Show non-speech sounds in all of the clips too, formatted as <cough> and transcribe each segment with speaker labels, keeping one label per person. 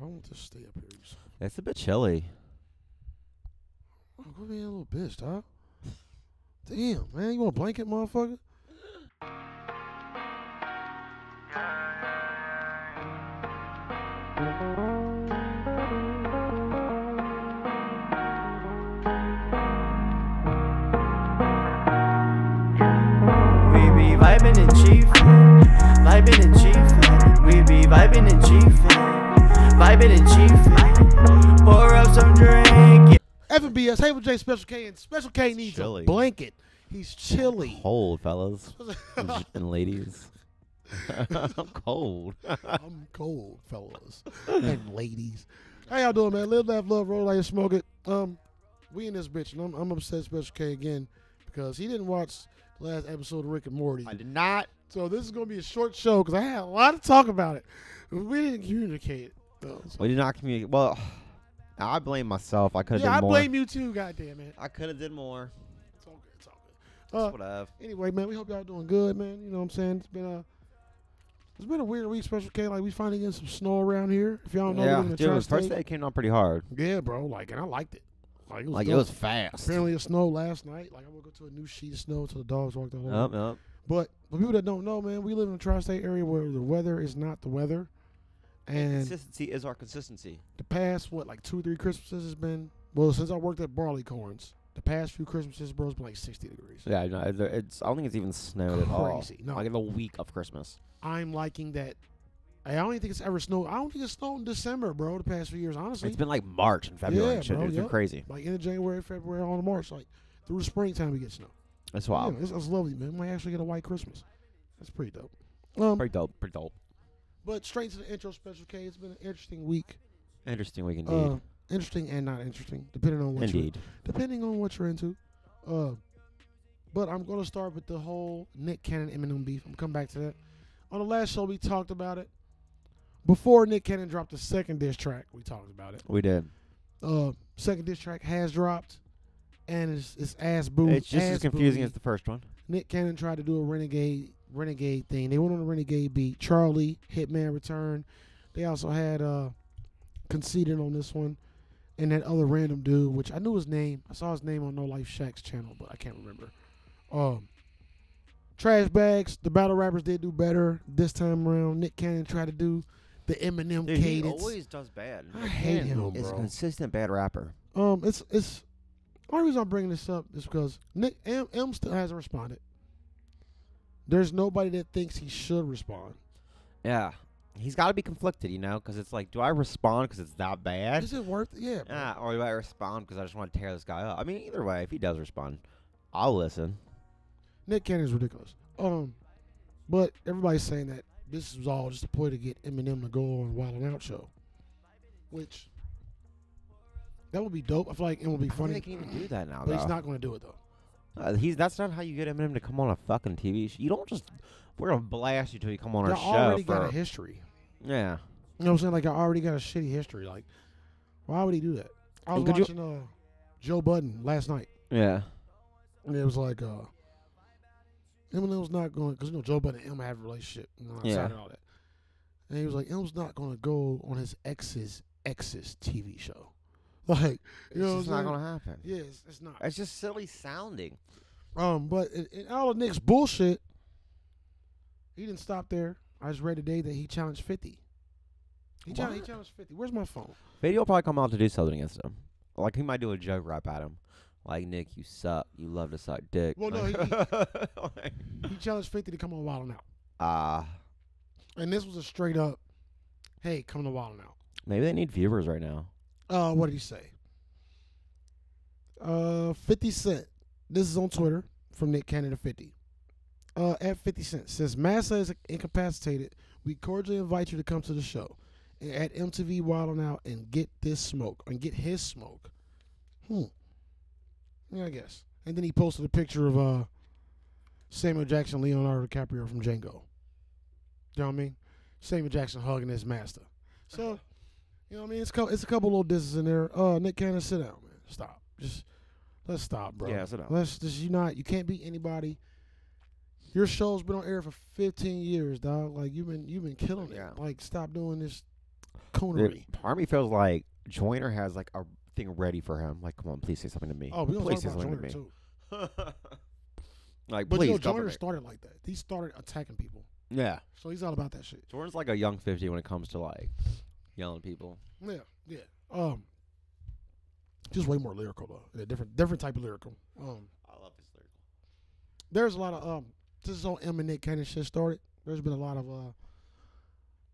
Speaker 1: I want to stay up here. you son of
Speaker 2: It's a bit chilly.
Speaker 1: a- Go be a little bitch, huh? Damn, man, you want a blanket, motherfucker?
Speaker 3: We be vibing and chiefin', vibing and chiefin'. We be vibing and chiefin', vibing and chiefin'. Pour up some drink.
Speaker 1: FBS, Hey with J, Special K, and Special K needs
Speaker 2: Chilly.
Speaker 1: a blanket. He's chilly.
Speaker 2: Cold, fellas
Speaker 1: <laughs>
Speaker 2: and ladies. <laughs> I'm cold.
Speaker 1: I'm cold, fellas and ladies. How y'all doing, man? Live, laugh, love, roll like you smoke it. Um, we in this bitch, and I'm, I'm upset, Special K again, because he didn't watch the last episode of Rick and Morty.
Speaker 2: did not.
Speaker 1: So this is gonna be a short show because I had a lot to talk about it. We didn't communicate though. so-
Speaker 2: We did not communicate. Well, I blame myself. I could have
Speaker 1: yeah,
Speaker 2: done
Speaker 1: I
Speaker 2: more.
Speaker 1: blame you too. Goddamn it.
Speaker 2: I could have did more.
Speaker 1: It's all good. It's all
Speaker 2: That's
Speaker 1: good. Uh,
Speaker 2: what I've.
Speaker 1: anyway, man, we hope y'all doing good, man. You know what I'm saying? It's been a it's been a weird week, Special K. Like we finally getting some snow around here. If y'all don't know,
Speaker 2: Yeah,
Speaker 1: we're in the
Speaker 2: dude, the
Speaker 1: tri-state.
Speaker 2: first day came on pretty hard.
Speaker 1: Yeah, bro. Like, and I liked it. Like, it was,
Speaker 2: Like it
Speaker 1: dope.
Speaker 2: was fast.
Speaker 1: apparently it snowed last night. Like, I woke up to a new sheet of snow until the dogs walked all over.
Speaker 2: Yup, yup.
Speaker 1: But for people that don't know, man, we live in a tri-state area where the weather is not the weather, and
Speaker 2: Consistency is our consistency.
Speaker 1: the past what like two three Christmases has been well since I worked at Barleycorns. The past few Christmases, bro, it's been like sixty degrees.
Speaker 2: Yeah, no, it- it's. I don't think it's even snowed at all.
Speaker 1: Crazy. No.
Speaker 2: Like in the week of Christmas.
Speaker 1: I'm liking that. I don't even think it's ever snowed. I don't think it's snowed in December, bro. The past few years, honestly,
Speaker 2: It's been like March and February.
Speaker 1: Yeah,
Speaker 2: and shit.
Speaker 1: bro,
Speaker 2: It's been
Speaker 1: yup.
Speaker 2: crazy.
Speaker 1: like in January, February, on to March, like through the springtime, we get snow.
Speaker 2: That's wild.
Speaker 1: Yeah, it's, it's lovely, man. Might actually get a white Christmas. That's pretty dope. Um,
Speaker 2: Pretty dope. Pretty dope.
Speaker 1: but straight to the intro special, K. It's been an interesting week.
Speaker 2: Interesting week indeed.
Speaker 1: Uh, interesting and not interesting, depending on what you're
Speaker 2: indeed.
Speaker 1: depending on what you're into. Uh, but I'm going to start with the whole Nick Cannon Eminem beef. I'm come back to that. On the last show, we talked about it. Before Nick Cannon dropped the second diss track, we talked about it.
Speaker 2: We did.
Speaker 1: Uh, second diss track has dropped, and it's, it's ass boom.
Speaker 2: It's just as
Speaker 1: ass
Speaker 2: confusing
Speaker 1: booty.
Speaker 2: as the first one.
Speaker 1: Nick Cannon tried to do a renegade renegade thing. They went on a renegade beat. Charlie Hitman Return. They also had uh conceded on this one, and that other random dude, which I knew his name. I saw his name on No Life Shack's channel, but I can't remember. Um, trash bags. The battle rappers did do better this time around. Nick Cannon tried to do the Eminem cadence.
Speaker 2: does bad.
Speaker 1: I hate him,
Speaker 2: Is a
Speaker 1: bro.
Speaker 2: consistent bad rapper.
Speaker 1: Um, it's it's the only reason I'm bringing this up is because Nick M, M still hasn't responded. There's nobody that thinks he should respond.
Speaker 2: Yeah. He's got to be conflicted, you know, because it's like, do I respond because it's that bad?
Speaker 1: Is it worth? Yeah, bro.
Speaker 2: Ah, or do I respond because I just want to tear this guy up? I mean, either way, if he does respond, I'll listen.
Speaker 1: Nick Cannon is ridiculous. Um, but everybody's saying that this was all just a ploy to get Eminem to go on Wild and Out show, which that would be dope. I feel like it would be
Speaker 2: I don't
Speaker 1: funny,
Speaker 2: think they can even do that now,
Speaker 1: but
Speaker 2: though.
Speaker 1: he's not going to do it though.
Speaker 2: Uh, he's that's not how you get Eminem to come on a fucking TV show. You don't just we're gonna blast you till you come on
Speaker 1: I
Speaker 2: our
Speaker 1: already
Speaker 2: show
Speaker 1: got a
Speaker 2: for
Speaker 1: history.
Speaker 2: yeah.
Speaker 1: You know what I'm saying? Like I already got a shitty history. Like, why would he do that? I was
Speaker 2: And could you-
Speaker 1: watching uh, Joe Budden last night.
Speaker 2: Yeah.
Speaker 1: And it was like uh Eminem's not going because you know Joe Budden and Eminem have a relationship you know, outside
Speaker 2: Yeah.
Speaker 1: and all that. And he was like, Eminem's not going to go on his ex's ex's TV show. <laughs> Like,
Speaker 2: It's
Speaker 1: you know,
Speaker 2: just
Speaker 1: what I'm
Speaker 2: not
Speaker 1: saying?
Speaker 2: gonna happen.
Speaker 1: Yeah, it's, it's not.
Speaker 2: It's just silly sounding.
Speaker 1: Um, but in, in all of Nick's bullshit, he didn't stop there. I just read today that he challenged Fifty. He challenged, he
Speaker 2: What?
Speaker 1: challenged Fifty. Where's my phone?
Speaker 2: Video will probably come out to do something against him. Like he might do a joke rap at him. Like Nick, you suck. You love to suck dick.
Speaker 1: Well, no,
Speaker 2: like,
Speaker 1: he-
Speaker 2: like, <laughs>
Speaker 1: He challenged Fifty to come on Wild 'N Out,
Speaker 2: ah,
Speaker 1: and this was a straight up, "Hey, come to Wild 'N Out."
Speaker 2: maybe they need viewers right now.
Speaker 1: Uh, what did he say? Uh, 50 Cent. This is on Twitter from Nick Cannon to 50. Uh, at 50 Cent. Since Massa is incapacitated, we cordially invite you to come to the show at MTV Wild and Out and get this smoke and get his smoke. Hmm. Yeah, I guess. And then he posted a picture of uh Samuel Jackson, Leonardo DiCaprio from Django. You know what I mean? Samuel Jackson hugging his master. So, you know what I mean? It's cou- it's a couple little disses in there. Uh, Nick Cannon, sit down, man. Stop. Just let's stop, bro.
Speaker 2: Yeah, sit down.
Speaker 1: Let's just you not you can't beat anybody. Your show's been on air for 15 years, dog. Like you've been you've been killing it.
Speaker 2: Yeah.
Speaker 1: Like stop doing this coonery.
Speaker 2: Part of me feels like Joyner has like a thing ready for him. Like, come on, please say something to me.
Speaker 1: Oh, we don't
Speaker 2: please
Speaker 1: talk
Speaker 2: say
Speaker 1: about
Speaker 2: something to
Speaker 1: Joyner
Speaker 2: me.
Speaker 1: too.
Speaker 2: <laughs> Like,
Speaker 1: But
Speaker 2: please.
Speaker 1: you know, Joyner
Speaker 2: government.
Speaker 1: started like that. He started attacking people,
Speaker 2: yeah,
Speaker 1: so he's all about that shit.
Speaker 2: Jordan's like a young fifty when it comes to like yelling at people.
Speaker 1: Yeah, yeah. Um, just way more lyrical though. A different, different type of lyrical. Um,
Speaker 2: I love his lyrics.
Speaker 1: there's a lot of um, this is on Eminem kind of shit started. There's been a lot of uh,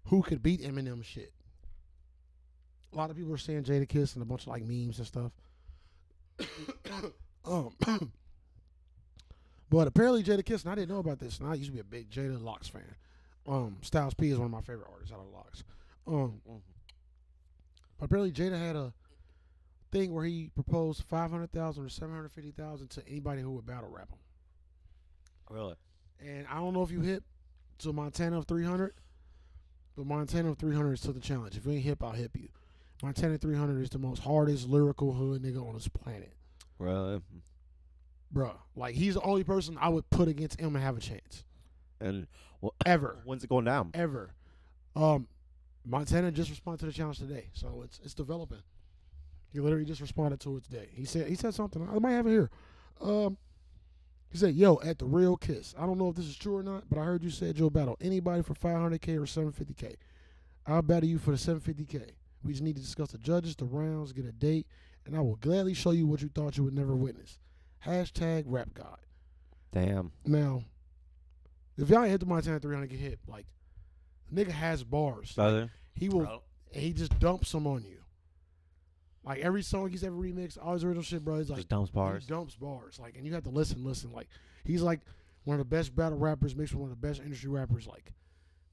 Speaker 1: who could beat Eminem shit. A lot of people are saying Jada Kiss and a bunch of like memes and stuff. <coughs> um, <coughs> but apparently Jada Kiss, and I didn't know about this, and I used to be a big Jada Locks fan. Um, Styles P is one of my favorite artists out of Locks. Um,
Speaker 2: Mm-hmm.
Speaker 1: but apparently Jada had a thing where he proposed five hundred thousand or seven hundred fifty thousand to anybody who would battle rap him.
Speaker 2: Really?
Speaker 1: And I don't know if you hip to Montana of 300, but Montana of 300 is to the challenge. If you ain't hip, I'll hip you. Montana 300 is the most hardest lyrical hood nigga on this planet.
Speaker 2: Really?
Speaker 1: Bruh. Like, he's the only person I would put against him and have a chance.
Speaker 2: And
Speaker 1: Ever.
Speaker 2: when's it going down?
Speaker 1: Ever. Um, Montana just responded to the challenge today, so it's it's developing. He literally just responded to it today. He said he said something. I might have it here. Um, he said, "Yo, at the real kiss. I don't know if this is true or not, but I heard you said you'll battle anybody for 500k or 750k. I'll battle you for the 750k. We just need to discuss the judges, the rounds, get a date, and I will gladly show you what you thought you would never witness. Hashtag Rap God.
Speaker 2: Damn.
Speaker 1: Now, if y'all ain't hit the Montana 300 get hit, like nigga has bars.
Speaker 2: Brother.
Speaker 1: He will and he just dumps them on you. Like every song he's ever remixed, all his original shit, bro. He's like
Speaker 2: Just dumps bars.
Speaker 1: He dumps bars, like, and you have to listen, listen. Like he's like one of the best battle rappers, mixed with one of the best industry rappers, like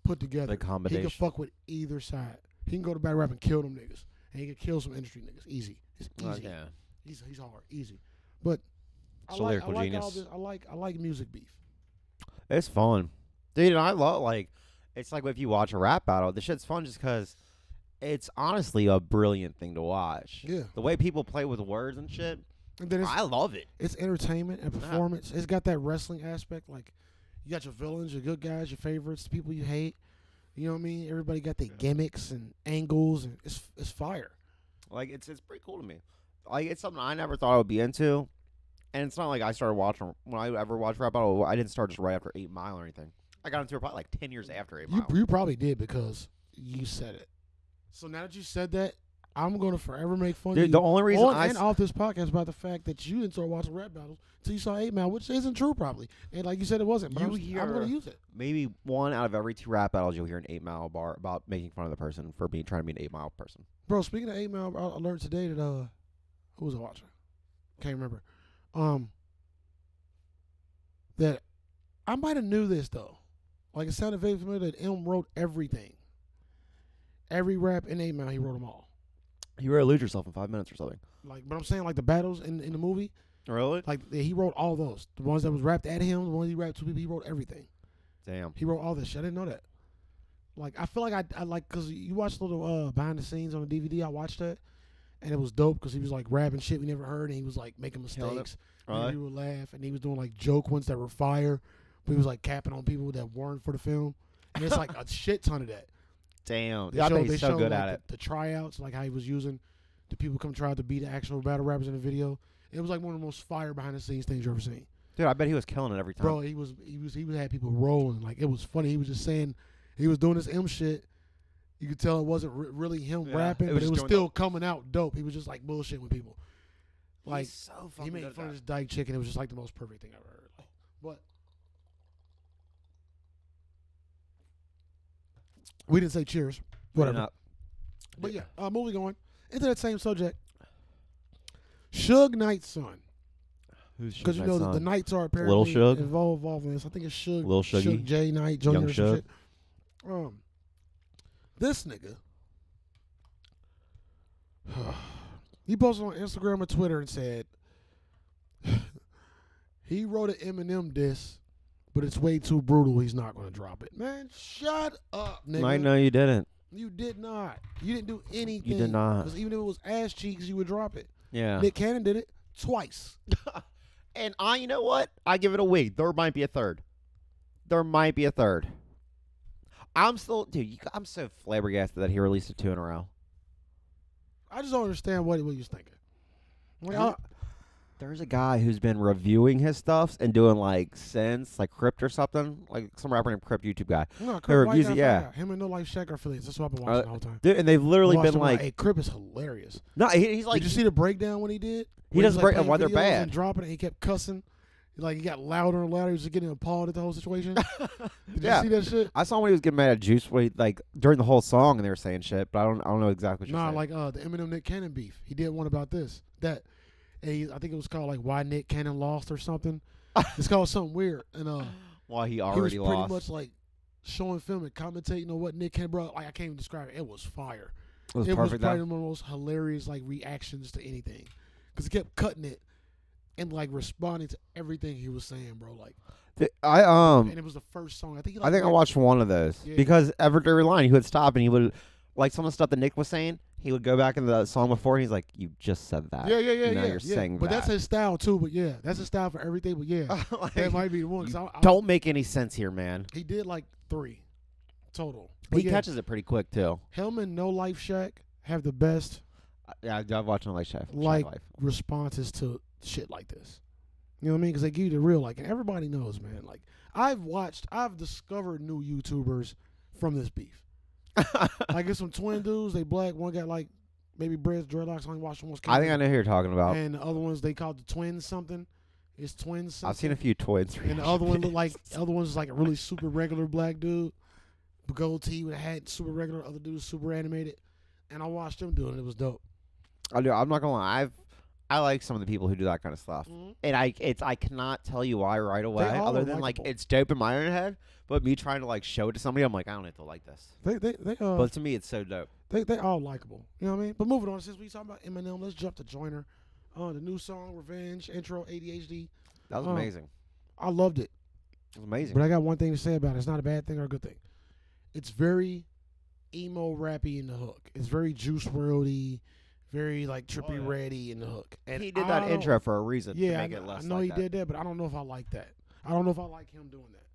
Speaker 1: put together.
Speaker 2: The
Speaker 1: He
Speaker 2: combination.
Speaker 1: can fuck with either side. He can go to battle rap and kill them niggas, and he can kill some industry niggas. Easy, it's easy.
Speaker 2: Like, Oh, yeah.
Speaker 1: He's he's hard, easy. But I
Speaker 2: He's a
Speaker 1: like, I
Speaker 2: lyrical
Speaker 1: like all
Speaker 2: genius.
Speaker 1: this. I like I like music beef.
Speaker 2: It's fun, dude. And I love like, it's like if you watch a rap battle, the shit's fun just because it's honestly a brilliant thing to watch.
Speaker 1: Yeah,
Speaker 2: The way people play with words and shit,
Speaker 1: and then it's
Speaker 2: I love it.
Speaker 1: it's entertainment and
Speaker 2: Yeah.
Speaker 1: performance. It's got that wrestling aspect. Like you got your villains, your good guys, your favorites, the people you hate. You know what I mean? Everybody got their gimmicks and angles, and it's it's fire.
Speaker 2: Like it's it's pretty cool to me. Like it's something I never thought I would be into, and it's not like I started watching when I ever watched rap battle. I didn't start just right after Eight Mile or anything. I got into it probably like ten years after Eight
Speaker 1: You
Speaker 2: Mile.
Speaker 1: you probably did because you said it. So now that you said that, I'm gonna forever make fun
Speaker 2: Dude, the
Speaker 1: of
Speaker 2: only
Speaker 1: you
Speaker 2: reason
Speaker 1: on
Speaker 2: I
Speaker 1: and
Speaker 2: s-
Speaker 1: off this podcast about the fact that you didn't start watching rap battles till you saw Eight Mile, which isn't true probably. And like you said, it wasn't. But
Speaker 2: You
Speaker 1: I'm, s- I'm gonna
Speaker 2: hear-
Speaker 1: use it.
Speaker 2: maybe one out of every two rap battles you'll hear an Eight Mile bar about making fun of the person for being trying to be an Eight Mile person.
Speaker 1: Bro, speaking of eight mile, I I learned today that uh, who was I watching? Can't remember. Um, that I might have knew this though. Like it sounded very familiar that M wrote everything. Every rap in eight mile, he wrote them all.
Speaker 2: You were lose yourself in five minutes or something.
Speaker 1: Like, but I'm saying like the battles in in the movie,
Speaker 2: Really?
Speaker 1: like he wrote all those. The ones that was rapped at him, the ones he rapped to people, he wrote everything.
Speaker 2: Damn.
Speaker 1: He wrote all this shit. I didn't know that. Like I feel like I, I like because you watched little uh, behind the scenes on the DVD. I watched that, and it was dope because he was like rapping shit we never heard, and he was like making
Speaker 2: Killing it.
Speaker 1: mistakes.
Speaker 2: Really?
Speaker 1: And he would laugh, and he was doing like joke ones that were fire, but he was like capping on people that weren't for the film. And it's like
Speaker 2: <laughs>
Speaker 1: a shit ton of that.
Speaker 2: Damn. I bet he's so
Speaker 1: showed,
Speaker 2: good
Speaker 1: like,
Speaker 2: at
Speaker 1: the,
Speaker 2: it.
Speaker 1: The tryouts, like how he was using the people come try out to be the actual battle rappers in the video. It was like one of the most fire behind the scenes things you've ever seen
Speaker 2: Dude, I bet he was killing it every time.
Speaker 1: bro. He was he was he was had people rolling like it was funny. He was just saying he was doing this M shit. You could tell it wasn't re- really him
Speaker 2: Yeah,
Speaker 1: rapping,
Speaker 2: it
Speaker 1: but
Speaker 2: was
Speaker 1: it
Speaker 2: just
Speaker 1: was
Speaker 2: doing
Speaker 1: still coming out dope. He was just like bullshitting with people. Like
Speaker 2: he's so
Speaker 1: he
Speaker 2: fucking
Speaker 1: made
Speaker 2: good at
Speaker 1: fun of this
Speaker 2: that.
Speaker 1: dyke chick, and it was just like the most perfect thing I've ever heard. Like, but we didn't say cheers. Whatever.
Speaker 2: Not-
Speaker 1: But yeah, uh, moving on into that same subject. Suge Knight's son,
Speaker 2: Who's
Speaker 1: because you know that the Knights are apparently
Speaker 2: Lil Suge?
Speaker 1: involved, involved in this. I think it's Suge
Speaker 2: Little
Speaker 1: Suge
Speaker 2: Shuggy.
Speaker 1: J Knight Jr.
Speaker 2: Young
Speaker 1: or some
Speaker 2: Shug.
Speaker 1: shit. Um, this nigga, <sighs> he posted on Instagram and Twitter and said <sighs> he wrote an Eminem diss, but it's way too brutal. He's not going to drop it. Man, shut up, nigga.
Speaker 2: Might know you didn't.
Speaker 1: You did not. You didn't do anything.
Speaker 2: not.
Speaker 1: Because even if it was ass cheeks, you would drop it.
Speaker 2: Yeah.
Speaker 1: Nick Cannon did it twice.
Speaker 2: and I, you know what? I give it a week. There might be a third. There might be a third. I'm still, dude. You, I'm so flabbergasted that he released it two in a row.
Speaker 1: I just don't understand what what you was thinking. Like,
Speaker 2: He-
Speaker 1: I,
Speaker 2: There's a guy who's been reviewing his stuffs and doing like since like Crypt or something, like some rapper named Crypt YouTube guy.
Speaker 1: no,
Speaker 2: Their
Speaker 1: Crip, why you gotta
Speaker 2: reviews,
Speaker 1: find
Speaker 2: yeah.
Speaker 1: out? Him and No Life Shack are affiliates. That's what I've been
Speaker 2: Uh,
Speaker 1: watching the whole time.
Speaker 2: Dude, and they've literally
Speaker 1: Watched
Speaker 2: been
Speaker 1: him,
Speaker 2: like,
Speaker 1: "Hey, Crip is hilarious."
Speaker 2: no, he, he's
Speaker 1: Like,
Speaker 2: like,
Speaker 1: Did you see the breakdown when he did?
Speaker 2: He
Speaker 1: Where was,
Speaker 2: does a
Speaker 1: like,
Speaker 2: breakdown
Speaker 1: playing
Speaker 2: why they're
Speaker 1: videos
Speaker 2: bad.
Speaker 1: And dropping it, and he kept cussing. Like he got louder and louder. He was just getting appalled at the whole
Speaker 2: <laughs>
Speaker 1: situation. Did
Speaker 2: Yeah.
Speaker 1: you see that shit?
Speaker 2: I saw when he was getting mad at Juice, when he, like during the whole song, and they were saying shit, but I don't, I don't know exactly. what you're
Speaker 1: Nah,
Speaker 2: saying.
Speaker 1: like uh, the Eminem Nick Cannon beef. He did one about this. That and he, I think it was called like why Nick Cannon lost or
Speaker 2: <laughs>
Speaker 1: something. it's called something weird. And uh,
Speaker 2: why he
Speaker 1: he was
Speaker 2: already
Speaker 1: pretty
Speaker 2: lost.
Speaker 1: much like showing film and commentating on what Nick Cannon bro. Like I can't even describe it. It was fire.
Speaker 2: it was
Speaker 1: it was
Speaker 2: perfect. though.
Speaker 1: probably one of the most hilarious like reactions to anything because he kept cutting it and like responding to everything he was saying, bro. Like,
Speaker 2: Th- I um,
Speaker 1: and it was the first song. I think. He, like,
Speaker 2: I think I
Speaker 1: rapped-
Speaker 2: watched one of those
Speaker 1: Yeah.
Speaker 2: because every every line he would stop and he would like some of the stuff that Nick was saying. He would go back in the song before and he's like, "You just said that." <laughs>
Speaker 1: Yeah, yeah, yeah,
Speaker 2: now
Speaker 1: yeah.
Speaker 2: you're
Speaker 1: yeah.
Speaker 2: saying
Speaker 1: but that's
Speaker 2: that.
Speaker 1: his style too. But yeah, that's his style for everything. But
Speaker 2: <laughs>
Speaker 1: yeah,
Speaker 2: Like,
Speaker 1: that might be the one. 'cause
Speaker 2: you
Speaker 1: I, I,
Speaker 2: don't make any sense here, man.
Speaker 1: He did like three total. But
Speaker 2: He
Speaker 1: yeah,
Speaker 2: catches it pretty quick too.
Speaker 1: him and No Life Shack have the best
Speaker 2: I- Yeah, I- I've watched on like Chef.
Speaker 1: Like- <laughs>
Speaker 2: life.
Speaker 1: responses to shit like this. You know what I mean? Because they give you the real, like, and everybody knows, man. Like, I've watched, I've discovered new YouTubers from this
Speaker 2: <laughs>
Speaker 1: beef. like, it's some twin dudes. They black. One got like maybe dreads, dreadlocks. I only watched one's.
Speaker 2: I think I
Speaker 1: Cajun,
Speaker 2: know who you're talking about.
Speaker 1: And the other ones they called the twins something. It's twins. Something.
Speaker 2: I've seen a few twins.
Speaker 1: And the other one looked like the other one's like a really super regular black dude, gold tee with a hat, super regular. Other dude super animated, and I watched them do it. and It was dope.
Speaker 2: <laughs> I do. I'm not gonna lie. I've I like some of the people who do that kind of stuff, and I it's I cannot tell you why right away.
Speaker 1: Mm-hmm. all
Speaker 2: Other
Speaker 1: are
Speaker 2: than like
Speaker 1: likable.
Speaker 2: it's dope in my own head, but me trying to like show it to somebody, I'm like I don't have to like this.
Speaker 1: They they they uh,
Speaker 2: But to me, it's so dope.
Speaker 1: they they all likable. You know what I mean? But moving on, since we talking about Eminem, let's jump to Joyner. Uh, the new song Revenge intro ADHD.
Speaker 2: That was
Speaker 1: Oh.
Speaker 2: amazing.
Speaker 1: I loved it,
Speaker 2: It was amazing.
Speaker 1: but I got one thing to say about it. It's not a bad thing or a good thing. It's very emo rappy in the hook. It's very Juice Worldy, very like trippy
Speaker 2: Oh, yeah.
Speaker 1: ready in the hook. And
Speaker 2: he did
Speaker 1: I
Speaker 2: that
Speaker 1: don't-
Speaker 2: intro for a reason
Speaker 1: Yeah,
Speaker 2: to
Speaker 1: I
Speaker 2: make
Speaker 1: kn-
Speaker 2: it less.
Speaker 1: I know
Speaker 2: like
Speaker 1: he
Speaker 2: that.
Speaker 1: did that, but I don't know if I like that. I don't know if I like him doing that.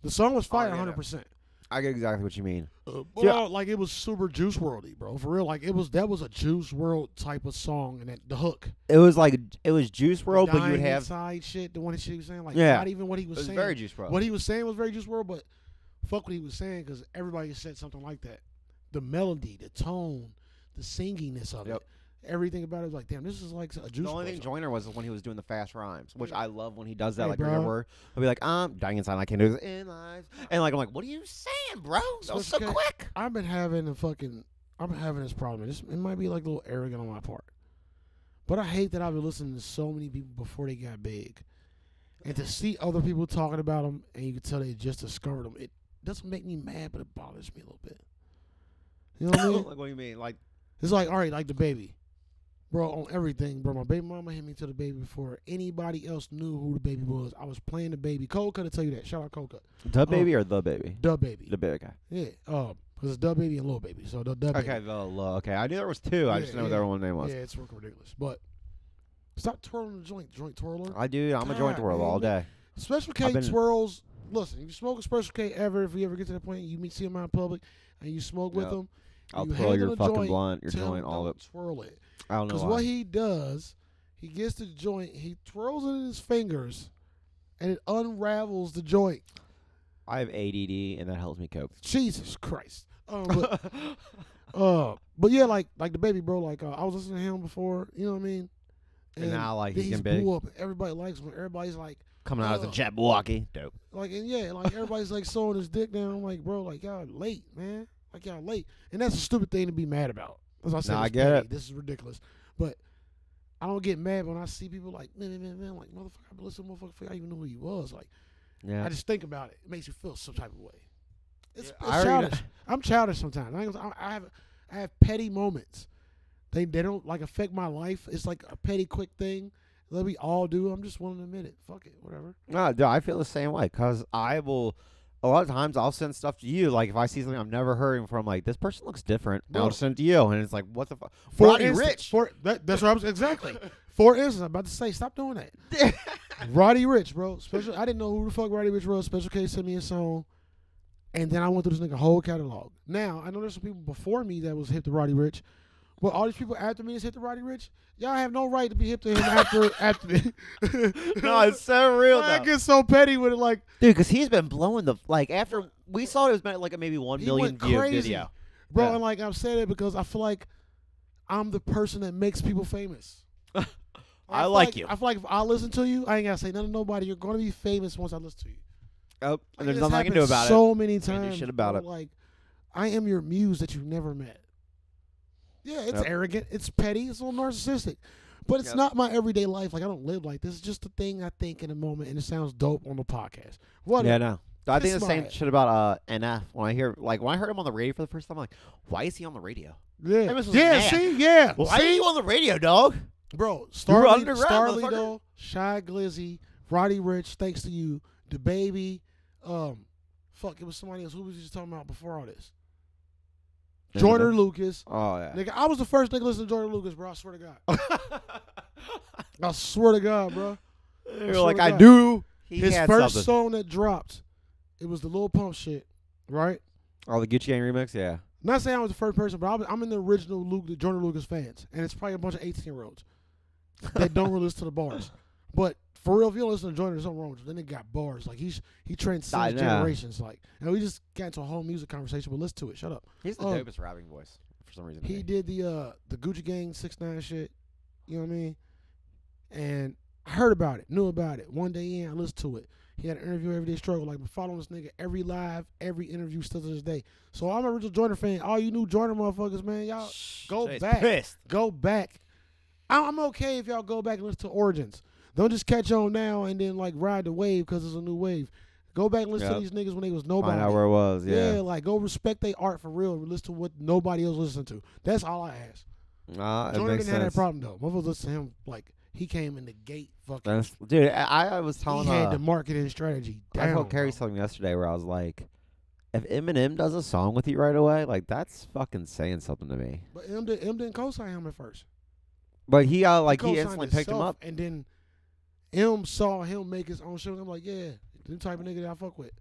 Speaker 1: The song was fire,
Speaker 2: Oh, yeah, no.
Speaker 1: hundred percent.
Speaker 2: I get exactly what you mean.
Speaker 1: But
Speaker 2: Yeah.
Speaker 1: uh, like it was super Juice Worldy, bro. For real, like it was that was a Juice World type of song, and that, the hook,
Speaker 2: It was like it was Juice
Speaker 1: the
Speaker 2: World, but you would
Speaker 1: dying
Speaker 2: have
Speaker 1: inside shit, the one that she was saying, like
Speaker 2: Yeah.
Speaker 1: not even what he
Speaker 2: it
Speaker 1: was,
Speaker 2: was
Speaker 1: saying.
Speaker 2: very Juice World.
Speaker 1: what he was saying was very Juice World, but fuck what he was saying because everybody said something like that. The melody, the tone, the singiness of
Speaker 2: Yep.
Speaker 1: it, everything about it was like, damn, this is like a Juice.
Speaker 2: the only
Speaker 1: WRLD
Speaker 2: thing
Speaker 1: song.
Speaker 2: Joyner was is when he was doing the fast rhymes, which
Speaker 1: Yeah.
Speaker 2: I love when he does that.
Speaker 1: Hey,
Speaker 2: like,
Speaker 1: bro.
Speaker 2: remember, I'll be like, "Um, dying inside, I can't do this in life," and like, I'm like, "What are you saying, bro? That was so
Speaker 1: Especially- <laughs>
Speaker 2: quick."
Speaker 1: I've been having a fucking I've been having this problem. This it might be like a little arrogant on my part. But I hate that I've been listening to so many people before they got big. And to see other people talking about them and you can tell they just discovered them, it doesn't make me mad, but it bothers me a little bit. You know what I mean?
Speaker 2: <laughs> like, what do you mean? Like,
Speaker 1: It's like, all right, like the baby. Bro, on everything, bro. My baby mama hit me to the baby before anybody else knew who the baby was. I was playing the baby. Cold Cut to tell you that. Shout out Cold Cut.
Speaker 2: the
Speaker 1: baby
Speaker 2: or the baby?
Speaker 1: Dub Baby.
Speaker 2: The baby guy.
Speaker 1: Yeah. Um, because it's Dub Baby and Lil Baby. So the Dub Baby.
Speaker 2: Okay, the lo- okay. I knew there was two. I
Speaker 1: Yeah,
Speaker 2: just didn't know what
Speaker 1: yeah.
Speaker 2: their one name was.
Speaker 1: Yeah, it's fucking ridiculous. But stop twirling the joint, joint twirler.
Speaker 2: I do. I'm a joint
Speaker 1: God,
Speaker 2: twirl all
Speaker 1: man.
Speaker 2: day.
Speaker 1: Special K
Speaker 2: I've been-
Speaker 1: twirls. Listen, you smoke a Special K ever, if you ever get to that point, you meet see them out in public, and you smoke with
Speaker 2: Yep.
Speaker 1: them.
Speaker 2: I'll
Speaker 1: you
Speaker 2: twirl
Speaker 1: handle
Speaker 2: your
Speaker 1: the
Speaker 2: fucking
Speaker 1: joint,
Speaker 2: blunt, your
Speaker 1: tell 'em
Speaker 2: joint, all of
Speaker 1: don't
Speaker 2: it.
Speaker 1: twirl it.
Speaker 2: I don't know
Speaker 1: Because
Speaker 2: why.
Speaker 1: what he does, he gets the joint, he twirls it in his fingers, and it unravels the joint.
Speaker 2: I have ADD, and that helps me cope.
Speaker 1: Jesus Christ. Um, but
Speaker 2: <laughs>
Speaker 1: Uh, but yeah, like like the baby bro, like uh, I was listening to him before, you know what I mean?
Speaker 2: And now, like,
Speaker 1: then
Speaker 2: he's
Speaker 1: he's
Speaker 2: getting big.
Speaker 1: blew up. Everybody likes him. Everybody's like,
Speaker 2: Coming out as a
Speaker 1: Ugh.
Speaker 2: jet Milwaukee, dope.
Speaker 1: like, and yeah, like everybody's like sewing his dick down. I'm like, bro, like y'all late, man. Like y'all late, and that's a stupid thing to be mad about. That's what I said.
Speaker 2: Nah, I
Speaker 1: it's
Speaker 2: get
Speaker 1: petty.
Speaker 2: it.
Speaker 1: This is ridiculous, but I don't get mad when I see people like, man, man, man, man, like motherfucker, I've been listening, to motherfucker, before I even knew who he was. Like,
Speaker 2: Yeah.
Speaker 1: I just think about it. It makes you feel some type of way. It's,
Speaker 2: Yeah, I
Speaker 1: it's
Speaker 2: already-
Speaker 1: childish. I'm childish sometimes. I, ain't gonna- I I have I have petty moments. They they don't like affect my life. It's like a petty quick thing that we all do. I'm just willing to admit it. Fuck it, whatever.
Speaker 2: No, dude, I feel the same way because I will. A lot of times, I'll send stuff to you. Like if I see something I've never heard from, like this person looks different, and I'll
Speaker 1: Bro.
Speaker 2: just send it to you, and it's like, what the fuck?
Speaker 1: For
Speaker 2: Roddy
Speaker 1: instance-
Speaker 2: Rich. <laughs>
Speaker 1: For that, that's what I was exactly. For instance, I'm about to say, stop doing that.
Speaker 2: <laughs>
Speaker 1: Roddy Rich, bro. Special. I didn't know who the fuck Roddy Rich was. Special K sent me a song. And then I went through this nigga whole catalog. Now I know there's some people before me that was hip to Roddy Rich, but all these people after me is hip to Roddy Rich. Y'all have no right to be hip to him
Speaker 2: <laughs>
Speaker 1: after after me.
Speaker 2: no,
Speaker 1: <laughs>
Speaker 2: it's so real.
Speaker 1: I
Speaker 2: though.
Speaker 1: get so petty with it. Like
Speaker 2: Dude, because he's been blowing the like after we saw it was meant like a maybe one
Speaker 1: He
Speaker 2: million
Speaker 1: went
Speaker 2: view
Speaker 1: crazy.
Speaker 2: video.
Speaker 1: bro.
Speaker 2: Yeah.
Speaker 1: And like I've said it because I feel like I'm the person that makes people famous.
Speaker 2: <laughs> I
Speaker 1: feel
Speaker 2: like you.
Speaker 1: I feel like if I listen to you, I ain't gotta say nothing to nobody. You're gonna be famous once I listen to you.
Speaker 2: Oh, and
Speaker 1: Like,
Speaker 2: there's
Speaker 1: this
Speaker 2: nothing I can do
Speaker 1: happened
Speaker 2: about it.
Speaker 1: so many
Speaker 2: Can't do
Speaker 1: times.
Speaker 2: shit about
Speaker 1: bro.
Speaker 2: it.
Speaker 1: Like, I am your muse that you've never met. Yeah, it's
Speaker 2: Yep.
Speaker 1: arrogant. It's petty. It's a little narcissistic. But it's
Speaker 2: Yep.
Speaker 1: not my everyday life. Like I don't live like this. It's just a thing I think in a moment, and it sounds dope on the podcast. What?
Speaker 2: Yeah, no. I think
Speaker 1: It's
Speaker 2: the same
Speaker 1: not.
Speaker 2: shit about uh, NF. When I hear like when I heard him on the radio for the first time, I'm like, why is he on the radio?
Speaker 1: yeah.
Speaker 2: That was
Speaker 1: Yeah,
Speaker 2: mad.
Speaker 1: See, yeah.
Speaker 2: Why
Speaker 1: see?
Speaker 2: are you on the radio, dog?
Speaker 1: bro?
Speaker 2: You were
Speaker 1: Starly,
Speaker 2: underground,
Speaker 1: Starly
Speaker 2: motherfucker.
Speaker 1: though, Shy Glizzy, Roddy Rich. Thanks to you, the baby. Um, fuck, it was somebody else. Who was you just talking about before all this? Jordan Lucas.
Speaker 2: Oh yeah.
Speaker 1: Nigga, I was the first nigga to listen to Jordan Lucas, bro. I swear to God.
Speaker 2: <laughs>
Speaker 1: I swear to God, bro.
Speaker 2: You're like
Speaker 1: to
Speaker 2: I
Speaker 1: God.
Speaker 2: knew he
Speaker 1: His
Speaker 2: had
Speaker 1: first
Speaker 2: something.
Speaker 1: song that dropped, it was the Lil Pump shit, right?
Speaker 2: Oh, the Gucci Gang remix, yeah.
Speaker 1: Not saying I was the first person, but I was, I'm in the original Luke, the Jordan Lucas fans, and it's probably a bunch of 18 year olds that don't really listen to the bars. But for real, if you don't listen to Jordan, there's something wrong with you. Then it got bars. Like he's he
Speaker 2: I know.
Speaker 1: transcends generations. Like, and we just got into a whole music conversation. But listen to it. Shut up.
Speaker 2: He's the
Speaker 1: Oh.
Speaker 2: dopest rapping voice for some reason. to
Speaker 1: He
Speaker 2: me.
Speaker 1: did the uh the Gucci Gang six nine shit. You know what I mean? And I heard about it, knew about it. One day in, I listened to it. He had an interview every day struggle. Like been following this nigga every live, every interview still to this day. So I'm a original Jordan fan. All you new Jordan motherfuckers, man, y'all go
Speaker 2: Jay's
Speaker 1: back.
Speaker 2: pissed.
Speaker 1: go back. I- I'm okay if y'all go back and listen to Origins. Don't just catch on now and then like ride the wave because it's a new wave. Go back and listen
Speaker 2: Yep.
Speaker 1: to these niggas when they was
Speaker 2: Find
Speaker 1: nobody.
Speaker 2: out where it was.
Speaker 1: Yeah.
Speaker 2: Yeah.
Speaker 1: like go respect their art for real. and Listen to what nobody else listens to. That's all I ask.
Speaker 2: Nah, it
Speaker 1: Jordan
Speaker 2: makes
Speaker 1: didn't have that
Speaker 2: sense.
Speaker 1: problem though. Motherfuckers listen to him like he came in the gate fucking.
Speaker 2: That's- dude, I, I was telling
Speaker 1: he had
Speaker 2: uh,
Speaker 1: the marketing strategy down.
Speaker 2: I told Carrie
Speaker 1: bro.
Speaker 2: something yesterday where I was like, if Eminem does a song with you right away, like that's fucking saying something to me.
Speaker 1: But M, did, M didn't co-sign him at first.
Speaker 2: But he uh, like he
Speaker 1: co-signed
Speaker 2: instantly picked him
Speaker 1: himself,
Speaker 2: up.
Speaker 1: and then M saw him make his own shit. and I'm like, yeah, the type of nigga that I fuck with.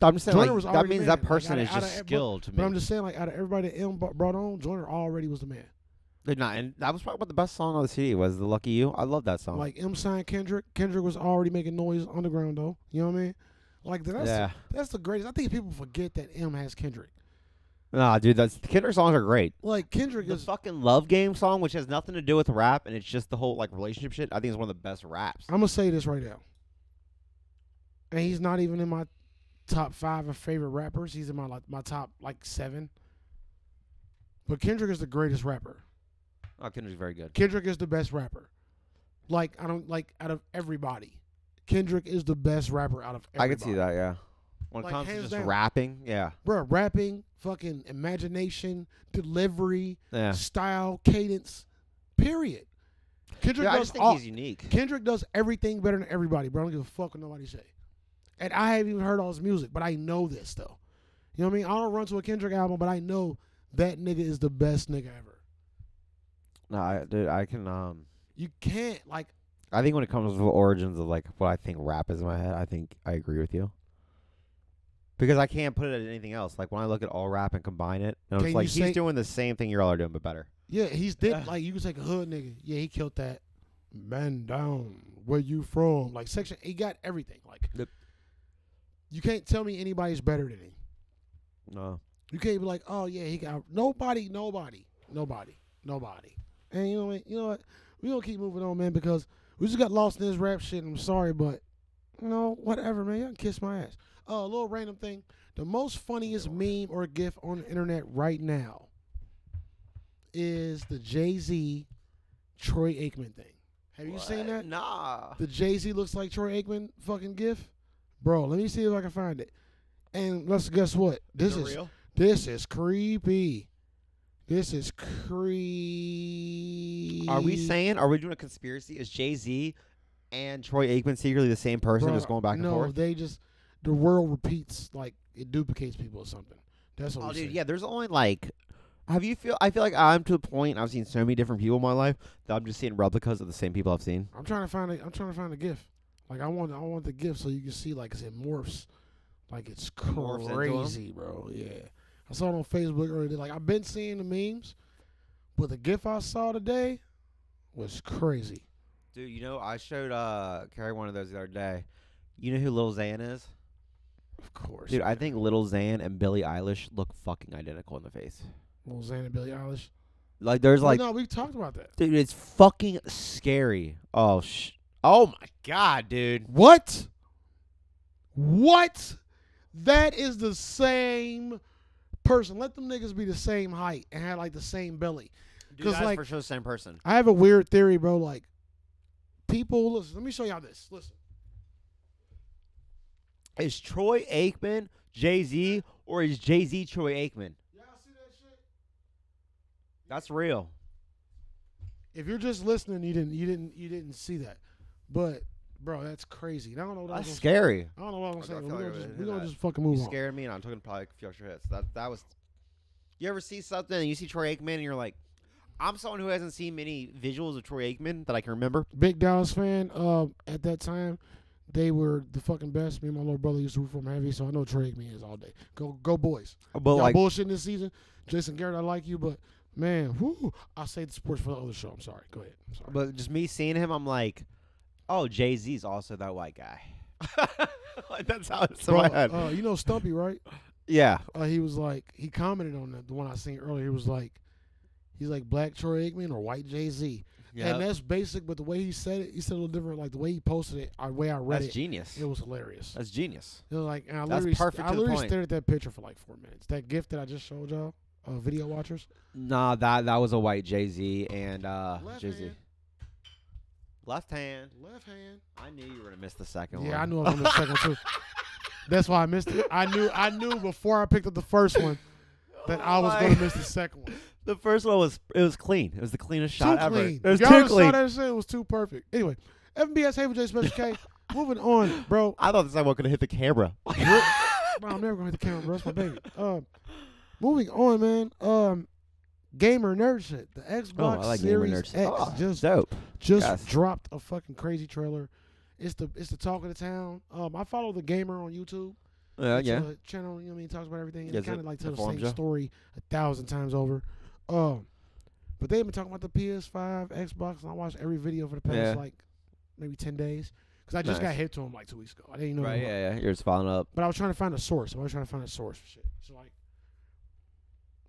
Speaker 2: I'm just saying
Speaker 1: Joyner
Speaker 2: like,
Speaker 1: was
Speaker 2: that
Speaker 1: already
Speaker 2: means
Speaker 1: mad.
Speaker 2: that person
Speaker 1: Like,
Speaker 2: is
Speaker 1: I- I-
Speaker 2: just
Speaker 1: I- but-
Speaker 2: skilled to
Speaker 1: But I'm
Speaker 2: me.
Speaker 1: just saying, like out of everybody that M bu- brought on, Joyner already was the man.
Speaker 2: They're not, and that was probably what the best song on the CD was "The Lucky You." I love that song.
Speaker 1: Like M signed Kendrick. Kendrick was already making noise underground though. You know what I mean? Like that's
Speaker 2: yeah,
Speaker 1: That's the greatest. I think people forget that M has Kendrick.
Speaker 2: nah, dude, that's Kendrick songs are great.
Speaker 1: Like Kendrick
Speaker 2: The
Speaker 1: is
Speaker 2: fucking "Love Game" song, which has nothing to do with rap, and it's just the whole like relationship shit. I think it's one of the best raps.
Speaker 1: I'm gonna say this right now. And he's not even in my top five of favorite rappers. He's in my like my top like seven. But Kendrick is the greatest rapper.
Speaker 2: Oh, Kendrick's very good.
Speaker 1: Kendrick is the best rapper. Like I don't like out of everybody. Kendrick is the best rapper out of
Speaker 2: I
Speaker 1: everybody.
Speaker 2: can see that. Yeah, when it
Speaker 1: Like,
Speaker 2: comes to
Speaker 1: hands
Speaker 2: just
Speaker 1: down.
Speaker 2: rapping, yeah,
Speaker 1: Bro, rapping, fucking imagination, delivery,
Speaker 2: yeah.
Speaker 1: style, cadence, period. Kendrick
Speaker 2: Yeah, I
Speaker 1: does
Speaker 2: just think
Speaker 1: all,
Speaker 2: he's unique.
Speaker 1: Kendrick does everything better than everybody, bro. I don't give a fuck what nobody say. And I haven't even heard all his music, but I know this though. You know what I mean? I don't run to a Kendrick album, but I know that nigga is the best nigga ever.
Speaker 2: No, I, dude, I can. Um,
Speaker 1: You can't like
Speaker 2: I think when it comes to the origins of like what I think rap is in my head, I think I agree with you. Because I can't put it at anything else. Like when I look at all rap and combine it,
Speaker 1: Can
Speaker 2: and it's
Speaker 1: you
Speaker 2: like he's
Speaker 1: say-
Speaker 2: doing the same thing y'all are doing, but better.
Speaker 1: yeah, he's did
Speaker 2: Ugh.
Speaker 1: like you can take a hood nigga. Yeah, he killed that. Man down, where you from? Like section he got everything. Like
Speaker 2: Yep.
Speaker 1: you can't tell me anybody's better than him.
Speaker 2: No,
Speaker 1: You can't be like, oh yeah, he got nobody, nobody, nobody, nobody. And you know what? You know what? We gonna keep moving on, man, because we just got lost in this rap shit. And I'm sorry, but you know, whatever, man. Y'all can kiss my ass. Uh, a little random thing. The most funniest meme or gif on the internet right now is the Jay Z, Troy Aikman thing. Have you seen that?
Speaker 2: Nah.
Speaker 1: The Jay Z looks like Troy Aikman fucking gif, bro. Let me see if I can find it. And let's guess what? This is
Speaker 2: real.
Speaker 1: this is creepy. This is creepy.
Speaker 2: Are we saying? Are we doing a conspiracy? Is Jay Z and Troy Aikman secretly the same person,
Speaker 1: Bruh,
Speaker 2: just going back and
Speaker 1: no,
Speaker 2: forth?
Speaker 1: they just the world repeats like it duplicates people or something. That's what.
Speaker 2: Oh,
Speaker 1: we
Speaker 2: dude,
Speaker 1: say.
Speaker 2: yeah. There's only like, have you feel? I feel like I'm to a point. I've seen so many different people in my life that I'm just seeing replicas of the same people I've seen.
Speaker 1: I'm trying to find. A, I'm trying to find a gif. Like I want. I want the gif so you can see. Like 'cause it morphs. Like it's
Speaker 2: Morphs into 'em?
Speaker 1: crazy, bro. Yeah, I saw it on Facebook earlier. today. Like I've been seeing the memes, but the gif I saw today was crazy.
Speaker 2: Dude, you know, I showed uh Carrie one of those the other day. You know who Lil Xan is?
Speaker 1: Of course,
Speaker 2: Dude, I think Lil Xan and Billie Eilish look fucking identical in the face.
Speaker 1: Lil Xan and Billie Eilish.
Speaker 2: Like, there's
Speaker 1: Well,
Speaker 2: like,
Speaker 1: no, we've talked about that.
Speaker 2: dude, it's fucking scary. Oh sh, oh my god, dude.
Speaker 1: What? What? That is the same person. Let them niggas be the same height and have like the same belly.
Speaker 2: Dude,
Speaker 1: 'Cause,
Speaker 2: that's
Speaker 1: like-
Speaker 2: for sure the same person.
Speaker 1: I have a weird theory, bro. Like, people, listen, let me show y'all this. Listen.
Speaker 2: Is Troy Aikman Jay Z or is Jay Z Troy Aikman?
Speaker 1: Y'all see that shit?
Speaker 2: That's real.
Speaker 1: If you're just listening, you didn't, you didn't, you didn't see that. But, bro, that's crazy. And I don't know what I was
Speaker 2: That's
Speaker 1: gonna,
Speaker 2: scary.
Speaker 1: I don't know what I'm
Speaker 2: I
Speaker 1: saying. We're
Speaker 2: feel like I
Speaker 1: gonna,
Speaker 2: really
Speaker 1: just,
Speaker 2: hit
Speaker 1: we're gonna
Speaker 2: that.
Speaker 1: just fucking
Speaker 2: You
Speaker 1: move on.
Speaker 2: scared me, and I'm talking probably a few extra hits. That that was. You ever see something and you see Troy Aikman and you're like, I'm someone who hasn't seen many visuals of Troy Aikman that I can remember.
Speaker 1: Big Dallas fan. Uh, at that time, they were the fucking best. Me and my little brother used to root for them heavy, so I know Trey me is all day. Go, go, boys.
Speaker 2: But
Speaker 1: Y'all
Speaker 2: like,
Speaker 1: bullshitting this season. Jason Garrett, I like you, but man, whoo, I'll say the sports for the other show. I'm sorry. Go ahead. I'm sorry.
Speaker 2: but just me seeing him, I'm like, oh, Jay Z's also that white guy. like, <laughs> that's how it's in my
Speaker 1: Bro,
Speaker 2: head.
Speaker 1: uh, you know Stumpy, right?
Speaker 2: yeah.
Speaker 1: Uh, he was like, he commented on that, the one I seen earlier. He was like, he's like black Troy Aikman or white Jay Z,
Speaker 2: Yeah.
Speaker 1: and that's basic. But the way he said it, he said it a little different. Like the way he posted it, or the way I read
Speaker 2: That's
Speaker 1: it,
Speaker 2: genius.
Speaker 1: it was hilarious.
Speaker 2: That's genius.
Speaker 1: It was like, and I
Speaker 2: That's
Speaker 1: literally, st-
Speaker 2: perfect
Speaker 1: I
Speaker 2: to the
Speaker 1: literally
Speaker 2: point.
Speaker 1: stared at that picture for like four minutes. That gift that I just showed y'all, uh, video watchers.
Speaker 2: Nah, that that was a white Jay Z and uh,
Speaker 1: Left
Speaker 2: Jay Z.
Speaker 1: hand.
Speaker 2: Left hand.
Speaker 1: Left hand.
Speaker 2: I knew you were gonna miss the second one.
Speaker 1: Yeah, I knew I was on the second
Speaker 2: <laughs>
Speaker 1: too. That's why I missed it. I knew, I knew before I picked up the first one that I was
Speaker 2: Oh my-
Speaker 1: gonna miss the second one.
Speaker 2: The first one was it was clean. It was the cleanest
Speaker 1: too
Speaker 2: shot ever.
Speaker 1: clean.
Speaker 2: It was
Speaker 1: y'all
Speaker 2: too
Speaker 1: saw
Speaker 2: clean.
Speaker 1: that shit. It was too perfect. Anyway, FBS Haven J Special
Speaker 2: <laughs>
Speaker 1: K. Moving on, bro.
Speaker 2: I thought this time I was gonna hit
Speaker 1: <laughs>
Speaker 2: the camera.
Speaker 1: Bro, I'm never gonna hit the camera, bro. That's my baby. Um, moving on, man. Um, gamer nerd shit. The
Speaker 2: Oh,
Speaker 1: Xbox Series X just
Speaker 2: dope.
Speaker 1: just
Speaker 2: Yes.
Speaker 1: dropped a fucking crazy trailer. It's the it's the talk of the town. Um, I follow the gamer on YouTube.
Speaker 2: Uh,
Speaker 1: It's
Speaker 2: yeah.
Speaker 1: a channel. You know what I mean? Talks about everything. And
Speaker 2: Yes,
Speaker 1: it kind of
Speaker 2: it
Speaker 1: like tells the
Speaker 2: informs
Speaker 1: same
Speaker 2: ya.
Speaker 1: story a thousand times over. Um, but they've been talking about the PS5, Xbox, and I watched every video for the past
Speaker 2: Yeah.
Speaker 1: like maybe ten days because I just
Speaker 2: Nice.
Speaker 1: got hit to them like two weeks ago. I didn't know.
Speaker 2: Right.
Speaker 1: them.
Speaker 2: Yeah. Yeah. You're just following up.
Speaker 1: But I was trying to find a source. I was trying to find a source for shit. So like,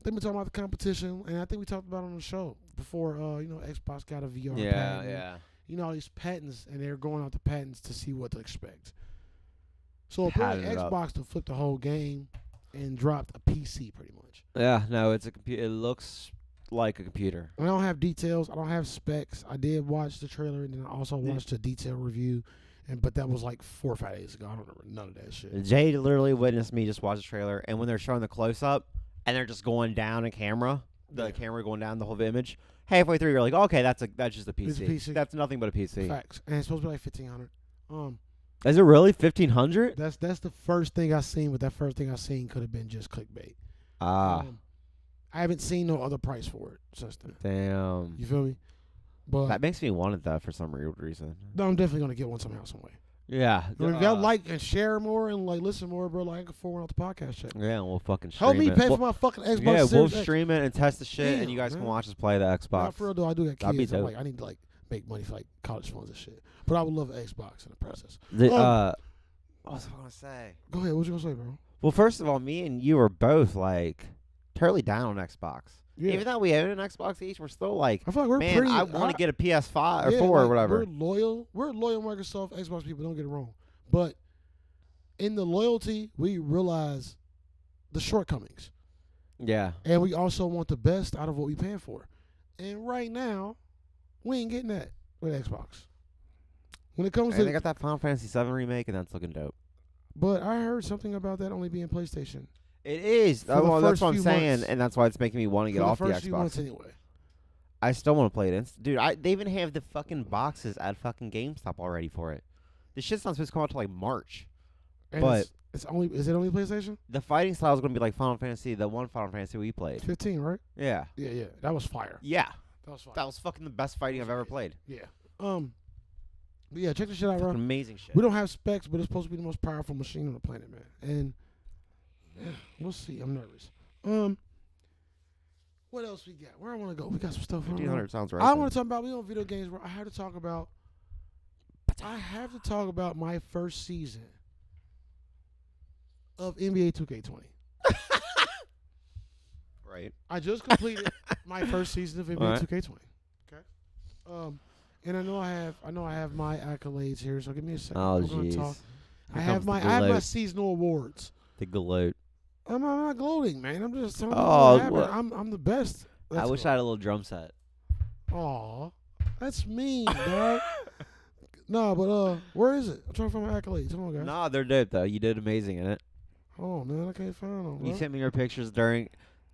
Speaker 1: they've been talking about the competition, and I think we talked about it on the show before. Uh, you know, Xbox got a VR.
Speaker 2: Yeah.
Speaker 1: patent
Speaker 2: Yeah.
Speaker 1: you know, all these patents and they're going out the patents to see what to expect. So apparently
Speaker 2: Patent it up.
Speaker 1: Xbox to flip the whole game and dropped a PC pretty much.
Speaker 2: Yeah. No, it's a computer. It looks like a computer.
Speaker 1: I don't have details, I don't have specs. I did watch the trailer and then I also
Speaker 2: Yeah.
Speaker 1: watched a detailed review and but that was like four or five days ago. I don't remember none of that shit.
Speaker 2: Jade literally witnessed me just watch the trailer, and when they're showing the close up, and they're just going down in camera, the
Speaker 1: Yeah.
Speaker 2: camera going down the whole image. Halfway through, you're like, okay, that's a that's just a PC.
Speaker 1: It's a PC.
Speaker 2: That's nothing but a PC.
Speaker 1: Facts. And it's supposed to be like fifteen hundred. Um
Speaker 2: Is it really fifteen hundred?
Speaker 1: that's that's the first thing I seen, but that first thing I seen could have been just clickbait.
Speaker 2: Ah,
Speaker 1: Um, I haven't seen no other price for it since then.
Speaker 2: damn.
Speaker 1: You feel me? But
Speaker 2: Mm. That makes me want it though for some weird reason.
Speaker 1: no, I'm definitely gonna get one somehow, some way.
Speaker 2: Yeah.
Speaker 1: I mean, if y'all
Speaker 2: uh,
Speaker 1: like and share more and like listen more, bro, like I can forward out the podcast shit.
Speaker 2: Yeah, we'll fucking stream
Speaker 1: Help me
Speaker 2: it.
Speaker 1: pay
Speaker 2: We'll-
Speaker 1: for my fucking Xbox
Speaker 2: yeah, we'll
Speaker 1: Series X.
Speaker 2: stream it and test the shit, and you
Speaker 1: Damn,
Speaker 2: guys can
Speaker 1: man.
Speaker 2: watch us play the
Speaker 1: Nah,
Speaker 2: Xbox.
Speaker 1: for real though, I do got
Speaker 2: That'd be
Speaker 1: kids. I'm
Speaker 2: dope.
Speaker 1: like, I need to like make money for like college funds and shit. But I would love an Xbox in the process.
Speaker 2: The,
Speaker 1: Um,
Speaker 2: uh, what was I gonna say?
Speaker 1: Go ahead, what you gonna say, bro?
Speaker 2: Well, first of all, me and you are both like totally down on Xbox.
Speaker 1: Yeah,
Speaker 2: Even though we own an Xbox each, we're still like,
Speaker 1: I feel like we're
Speaker 2: man,
Speaker 1: pretty.
Speaker 2: I want to get a PS5 or
Speaker 1: yeah,
Speaker 2: four or
Speaker 1: like,
Speaker 2: whatever.
Speaker 1: We're loyal. We're loyal Microsoft Xbox people. Don't get it wrong, but in the loyalty, we realize the shortcomings.
Speaker 2: Yeah,
Speaker 1: And we also want the best out of what we paying for. And right now, we ain't getting that with Xbox. When it comes
Speaker 2: and
Speaker 1: to,
Speaker 2: they got that Final Fantasy VII remake, and that's looking dope.
Speaker 1: but I heard something about that only being PlayStation.
Speaker 2: It is.
Speaker 1: For the
Speaker 2: well,
Speaker 1: first
Speaker 2: that's what I'm
Speaker 1: few
Speaker 2: saying,
Speaker 1: months-
Speaker 2: and that's why it's making me want to get
Speaker 1: for
Speaker 2: off
Speaker 1: the
Speaker 2: the,
Speaker 1: first
Speaker 2: Xbox.
Speaker 1: few months anyway.
Speaker 2: I still want to play it. It's- Dude, I, they even have the fucking boxes at fucking GameStop already for it. This shit's not supposed to come out till like March.
Speaker 1: And
Speaker 2: But-
Speaker 1: it's, it's only is it only PlayStation?
Speaker 2: The fighting style is going to be like Final Fantasy, the one Final Fantasy we played.
Speaker 1: Fifteen, right?
Speaker 2: Yeah.
Speaker 1: Yeah, yeah. That was fire.
Speaker 2: Yeah.
Speaker 1: That was fire.
Speaker 2: That was fucking the best fighting I've ever played.
Speaker 1: yeah. Um, But yeah, check this shit out,
Speaker 2: Fucking
Speaker 1: bro.
Speaker 2: amazing shit.
Speaker 1: We don't have specs, but it's supposed to be the most powerful machine on the planet, man. And we'll see. I'm nervous. Um, what else we got? Where I want to go? We got some stuff. I don't know.
Speaker 2: 1500 sounds right.
Speaker 1: I
Speaker 2: to me.
Speaker 1: want to talk about we on video games. Bro. I have to talk about. I have to talk about my first season of NBA 2K20.
Speaker 2: Right.
Speaker 1: I just completed my first season of NBA
Speaker 2: Alright.
Speaker 1: 2K20. Okay. Um, and I know I have I know I have my accolades here, so give me a second.
Speaker 2: Oh,
Speaker 1: I'm gonna
Speaker 2: jeez.
Speaker 1: talk. I
Speaker 2: Here
Speaker 1: have
Speaker 2: comes the
Speaker 1: my I have my
Speaker 2: gloat.
Speaker 1: seasonal awards.
Speaker 2: The gloat.
Speaker 1: I'm, I'm not gloating, man. I'm just telling
Speaker 4: Oh,
Speaker 1: you what happened.
Speaker 4: what-
Speaker 1: I'm I'm the best.
Speaker 4: I wish I had a little drum set.
Speaker 1: Aw, that's mean, <laughs> dog. nah, but uh, where is it? I'm trying to find my accolades. Hold on, guys.
Speaker 4: Nah, they're dope though. You did amazing in it.
Speaker 1: Hold on, man. I can't find them.
Speaker 4: You
Speaker 1: bro.
Speaker 4: sent me your pictures during.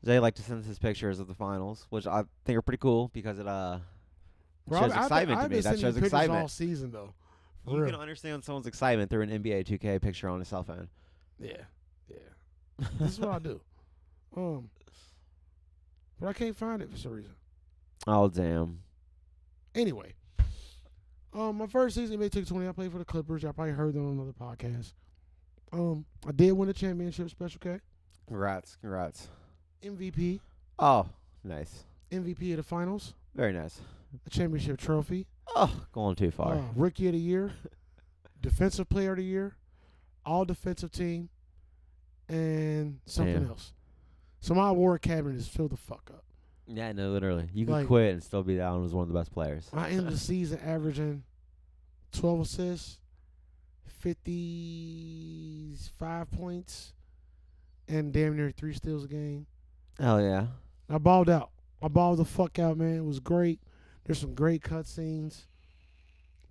Speaker 4: Zay like to send us his pictures of the finals, which I think are pretty cool because it uh
Speaker 1: Bro,
Speaker 4: shows
Speaker 1: I've- I've been-
Speaker 4: excitement to
Speaker 1: I've
Speaker 4: me.
Speaker 1: been
Speaker 4: That
Speaker 1: sending
Speaker 4: shows
Speaker 1: pictures
Speaker 4: excitement.
Speaker 1: all season though. For
Speaker 4: you
Speaker 1: real.
Speaker 4: can understand someone's excitement through an NBA 2K picture on a cell phone.
Speaker 1: Yeah, yeah. This is what I do. Um, but I can't find it for some reason.
Speaker 4: <laughs> Oh damn!
Speaker 1: Anyway, um, my first season NBA 2K20, I played for the Clippers. Y'all probably heard them on another podcast. Um, I did win a championship, Special K
Speaker 4: Congrats! Congrats!
Speaker 1: MVP,
Speaker 4: Oh, nice.
Speaker 1: MVP of the finals,
Speaker 4: Very nice.
Speaker 1: a championship trophy.
Speaker 4: Oh, going too far.
Speaker 1: Uh, rookie of the year, defensive player of the year, all defensive team, and something
Speaker 4: Damn.
Speaker 1: else. So my award cabinet is filled the fuck up.
Speaker 4: Yeah, no, literally, you could
Speaker 1: Like-
Speaker 4: quit and still be down as one of the best players.
Speaker 1: I ended the season averaging twelve assists, fifty five points, and damn near three steals a game.
Speaker 4: Hell yeah!
Speaker 1: I balled out. I balled the fuck out, man. It was great. There's some great cutscenes.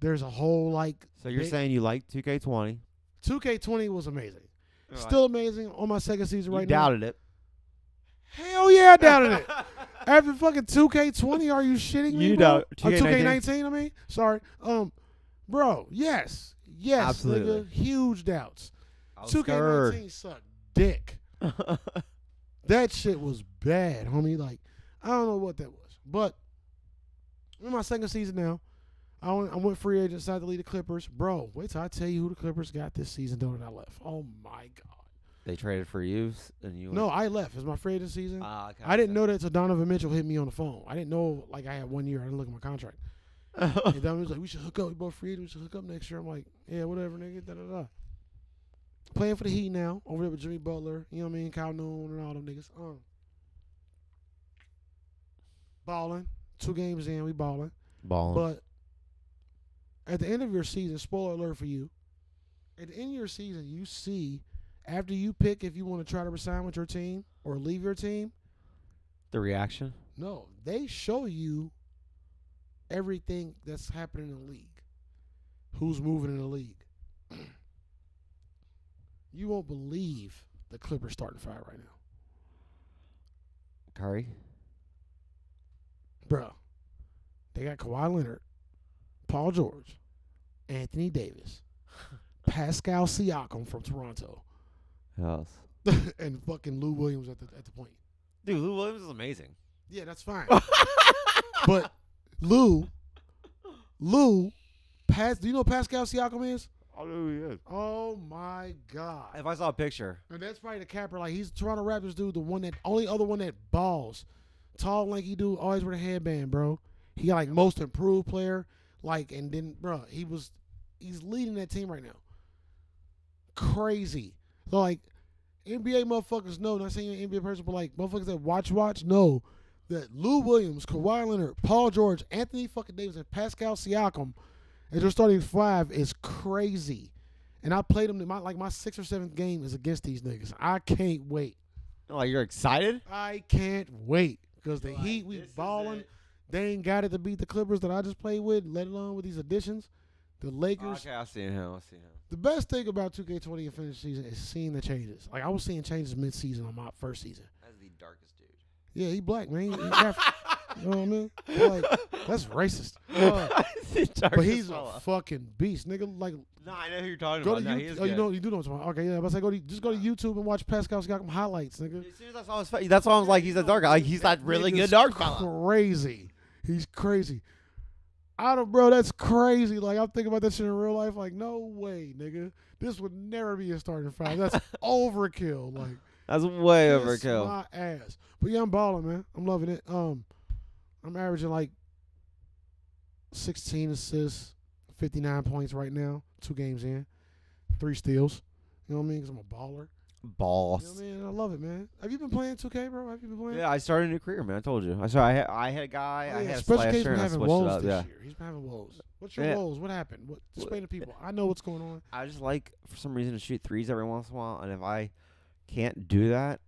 Speaker 1: There's a whole like
Speaker 4: So you're
Speaker 1: Big-
Speaker 4: saying you like 2K20?
Speaker 1: 2K20 was amazing. Still amazing on my second season
Speaker 2: You
Speaker 1: right now.
Speaker 2: doubted it.
Speaker 1: Hell yeah,
Speaker 4: <laughs>
Speaker 1: I doubted it. After fucking 2K20, are you shitting me?
Speaker 4: You
Speaker 1: bro?
Speaker 4: doubt-
Speaker 1: Uh,
Speaker 4: 2K19?
Speaker 1: 2K19, I mean? Sorry. Um, Bro, yes. Yes,
Speaker 4: Absolutely.
Speaker 1: nigga. Huge doubts.
Speaker 4: I was
Speaker 1: 2K19
Speaker 4: scared.
Speaker 1: sucked dick.
Speaker 4: <laughs>
Speaker 1: That shit was bad, homie. Like, I don't know what that was. But in my second season now, I went, I went free agent, decided to lead the Clippers. Bro, wait till I tell you who the Clippers got this season, though, and I left. Oh, my God.
Speaker 4: they traded for you, s- and you
Speaker 1: No, I left. It's my free agent season.
Speaker 4: Ah, okay,
Speaker 1: I didn't
Speaker 4: okay.
Speaker 1: know that till Donovan Mitchell hit me on the phone. I didn't know like I had one year. I didn't look at my contract.
Speaker 4: <laughs>
Speaker 1: and Donovan was like, "We should hook up. We both free. agents. We should hook up next year." I'm like, "Yeah, whatever, nigga." Da da da. Playing for the Heat now over there with Jimmy Butler. You know what I mean? Kyle Noon and all them niggas. Um, balling. Two games in, we balling.
Speaker 4: Ballin'.
Speaker 1: But at the end of your season, spoiler alert for you. At the end of your season, you see after you pick if you want to try to resign with your team or leave your team.
Speaker 4: the reaction.
Speaker 1: No, they show you everything that's happening in the league. Who's moving in the league? <clears throat> you won't believe the Clippers starting five right now,
Speaker 4: Curry.
Speaker 1: bro. They got Kawhi Leonard, Paul George, Anthony Davis, Pascal Siakam from Toronto,
Speaker 4: Who else?
Speaker 1: and fucking Lou Williams at the at the point.
Speaker 4: Dude, Lou Williams is amazing.
Speaker 1: Yeah, that's fine. but Lou, Lou, Pas, do you know who Pascal Siakam is?
Speaker 2: I know who he is.
Speaker 1: Oh my god!
Speaker 4: If I saw a picture,
Speaker 1: And that's probably the capper. Like he's the Toronto Raptors dude, the one that only other one that balls, tall, lanky dude, always with a headband, bro. He got like most improved player, like, and then bro, he was he's leading that team right now. Crazy. So like NBA motherfuckers know, not saying you're an NBA person, but like motherfuckers that watch watch know that Lou Williams, Kawhi Leonard, Paul George, Anthony fucking Davis, and Pascal Siakam as your starting five is crazy. And I played them in my like my sixth or seventh game is against these niggas. I can't wait.
Speaker 4: like you're excited.
Speaker 1: I can't wait because the
Speaker 4: You're like,
Speaker 1: Heat we
Speaker 4: "This is
Speaker 1: balling.
Speaker 4: it."
Speaker 1: They ain't got it to beat the Clippers that I just played with. Let alone with these additions, the Lakers.
Speaker 4: Ah, Okay, I see him. I see him.
Speaker 1: The best thing about 2K20 and finish season is seeing the changes. Like I was seeing changes mid season on my first season.
Speaker 4: That's the darkest
Speaker 1: <laughs>
Speaker 4: dude.
Speaker 1: Yeah, he black man. He, he Af- you know what I mean? Like that's racist. Uh,
Speaker 4: the <laughs> darkest
Speaker 1: but he's a
Speaker 4: fella.
Speaker 1: fucking beast, nigga. Like
Speaker 4: no, I know who you're talking
Speaker 1: go to
Speaker 4: about. No, he
Speaker 1: YouTube.
Speaker 4: is
Speaker 1: Oh, you
Speaker 4: good.
Speaker 1: know you do know what I'm talking about. Okay, yeah. But I was like, go to, just go to YouTube and watch Pascal Siakam highlights, nigga.
Speaker 4: As soon as I saw his face, that's why I was like, he's a dark. Like he's that really good
Speaker 1: Nigga's
Speaker 4: dark fella.
Speaker 1: Crazy. He's crazy. I don't, bro. That's crazy. Like I'm thinking about that shit in real life. Like, no way, nigga. This would never be a starting five.
Speaker 4: <laughs>
Speaker 2: <laughs>
Speaker 1: That's overkill. Like,
Speaker 2: That's way
Speaker 1: kiss
Speaker 2: overkill.
Speaker 1: My ass. But yeah, I'm balling, man. I'm loving it. Um, I'm averaging like 16 assists, 59 points right now. Two games in, three steals. You know what I mean? Because I'm a baller. You know what
Speaker 2: Boss.
Speaker 1: I mean? I love it, man. Have you been playing 2K, bro? Have you been playing?
Speaker 2: Yeah, I started a new career, man. I told you. I saw. I had, I had a guy.
Speaker 1: Oh,
Speaker 2: I
Speaker 1: yeah,
Speaker 2: had a
Speaker 1: Special K's
Speaker 2: slasher,
Speaker 1: been
Speaker 2: and I
Speaker 1: having
Speaker 2: switched it
Speaker 1: woes
Speaker 2: up.
Speaker 1: this
Speaker 2: Yeah.
Speaker 1: year. He's been having woes. What's your
Speaker 2: Yeah.
Speaker 1: woes? What happened? What, explain to people. I know what's going on.
Speaker 2: I just like for some reason to shoot threes every once in a while, and if I can't do that,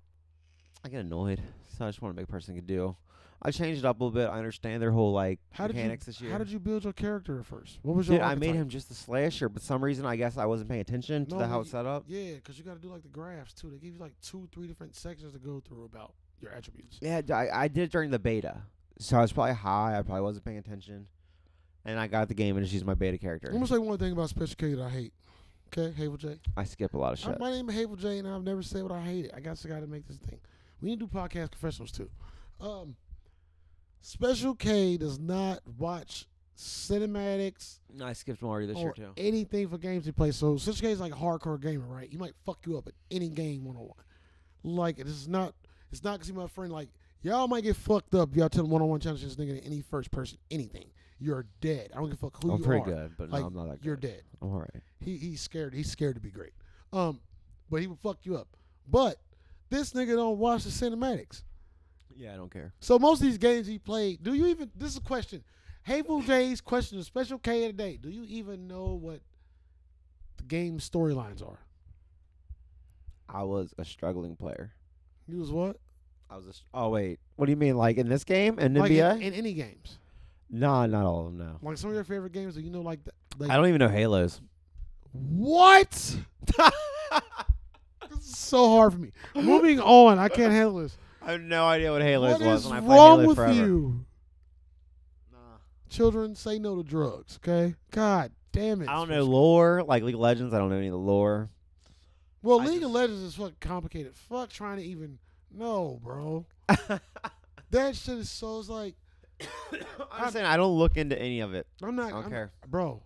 Speaker 2: I get annoyed. So I just want to make a person can do. I changed it up a little bit. I understand their whole like
Speaker 1: How did
Speaker 2: mechanics
Speaker 1: you?
Speaker 2: this year.
Speaker 1: How did you build your character at first? What was your?
Speaker 2: Dude, I made
Speaker 1: archetype?
Speaker 2: him just a slasher, but some reason I guess I wasn't paying attention to
Speaker 1: No,
Speaker 2: the,
Speaker 1: but
Speaker 2: how
Speaker 1: you-
Speaker 2: it's set up.
Speaker 1: Yeah, because you got to do like the graphs too. They give you like two, three different sections to go through about your attributes.
Speaker 2: Yeah, d- I, I did it during the beta, so I was probably high. I probably wasn't paying attention, and I got the game and just used my beta character.
Speaker 1: I'm gonna say one thing about Special K that I hate. Okay, Havel J.
Speaker 2: I skip a lot of
Speaker 1: I,
Speaker 2: shit.
Speaker 1: my name is Havel J, and I've never said what I hate. It. I guess I got to make this thing. We need to do podcast confessionals too. Um, Special K does not watch cinematics
Speaker 2: No, I skipped Mario this year
Speaker 1: or
Speaker 2: too.
Speaker 1: anything for games he plays. So Special K is like a hardcore gamer, right? He might fuck you up at any game one on one. Like it is not. It's not because he's my friend. Like y'all might get fucked up. if Y'all tell him one on one challenge this nigga to any first person anything. You're dead. I don't give a fuck who
Speaker 2: I'm
Speaker 1: you
Speaker 2: pretty
Speaker 1: are.
Speaker 2: good, but
Speaker 1: Like,
Speaker 2: no, I'm not that good.
Speaker 1: You're dead.
Speaker 2: I'm all right.
Speaker 1: He he's scared. He's scared to be great. Um, but he would fuck you up. But this nigga don't watch the cinematics.
Speaker 2: Yeah, I don't care.
Speaker 1: So most of these games he played, do you even? This is a question. Hateful J's question to Special K of the day. Do you even know what the game storylines are?
Speaker 2: I was a struggling player.
Speaker 1: He was what?
Speaker 2: I was a. St- oh wait, what do you mean? Like in this game and
Speaker 1: Like
Speaker 2: NBA?
Speaker 1: in, in any games,
Speaker 2: nah, not all of them. No,
Speaker 1: like some of your favorite games. Do you know like? The, like
Speaker 2: I don't even know <laughs> Halos.
Speaker 1: what? This is so hard for me. Moving on, I can't handle this.
Speaker 2: I have no idea what Halos
Speaker 1: What
Speaker 2: was,
Speaker 1: is
Speaker 2: and I played
Speaker 1: wrong
Speaker 2: Halo
Speaker 1: with
Speaker 2: forever.
Speaker 1: you? Children, say no to drugs. Okay. God damn it.
Speaker 2: I don't know
Speaker 1: Special K.
Speaker 2: lore, like League of Legends. I don't know any of the lore.
Speaker 1: Well,
Speaker 2: I
Speaker 1: League of
Speaker 2: just-
Speaker 1: Legends is fucking complicated. Fuck trying to even. No,
Speaker 2: <laughs>
Speaker 1: bro. that shit is so. It's like
Speaker 2: I'm just saying I don't look into any of it.
Speaker 1: I'm not.
Speaker 2: I don't
Speaker 1: Uh, I'm-
Speaker 2: care.
Speaker 1: bro.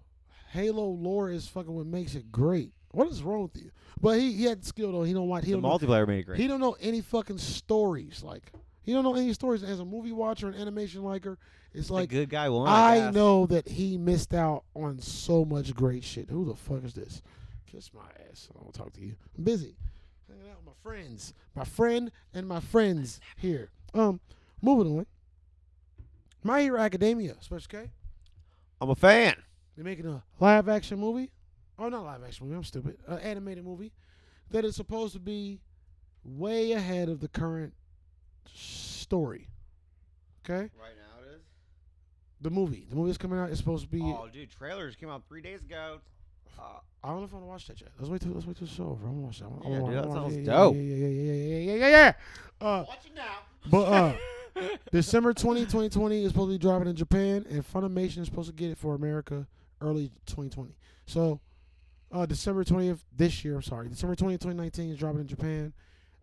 Speaker 1: Halo lore is fucking what makes it great. What is wrong with you? But he he had skill though. He don't watch. He
Speaker 2: The
Speaker 1: don't. Know,
Speaker 2: multiplayer made it great.
Speaker 1: he don't know any fucking stories. Like he don't know any stories. As a movie watcher and animation liker, it's
Speaker 2: The
Speaker 1: like
Speaker 2: good guy won. I,
Speaker 1: I
Speaker 2: guess.
Speaker 1: know that he missed out on so much great shit. Who the fuck is this? Kiss my ass. I don't want to talk to you. I'm busy. Hanging out with my friends. My friend and my friends here. Um, moving on. My Hero Academia, Special K.
Speaker 2: I'm a fan.
Speaker 1: They're making a live action movie. Oh, not live action movie. I'm stupid. An animated movie that is supposed to be way ahead of the current story. Okay,
Speaker 5: Right now it is.
Speaker 1: the movie. The movie that's coming out is supposed to be.
Speaker 5: Oh, dude, trailers came out three days ago. Uh,
Speaker 1: I don't know if I want to watch that yet. Let's wait till let's wait till the show over. I want to watch that. I wanna- I
Speaker 2: Yeah,
Speaker 1: wanna-
Speaker 2: dude,
Speaker 1: I
Speaker 2: that
Speaker 1: wanna-
Speaker 2: sounds
Speaker 1: yeah,
Speaker 2: dope.
Speaker 1: Yeah, yeah, yeah, yeah, yeah, yeah, yeah, yeah. Uh,
Speaker 5: watch it now.
Speaker 1: <laughs> but uh, December 20, 2020 is supposed to be dropping in Japan, and Funimation is supposed to get it for America early 2020. So uh, December 20th this year, I'm sorry, December 20th, 2019 is dropping in Japan.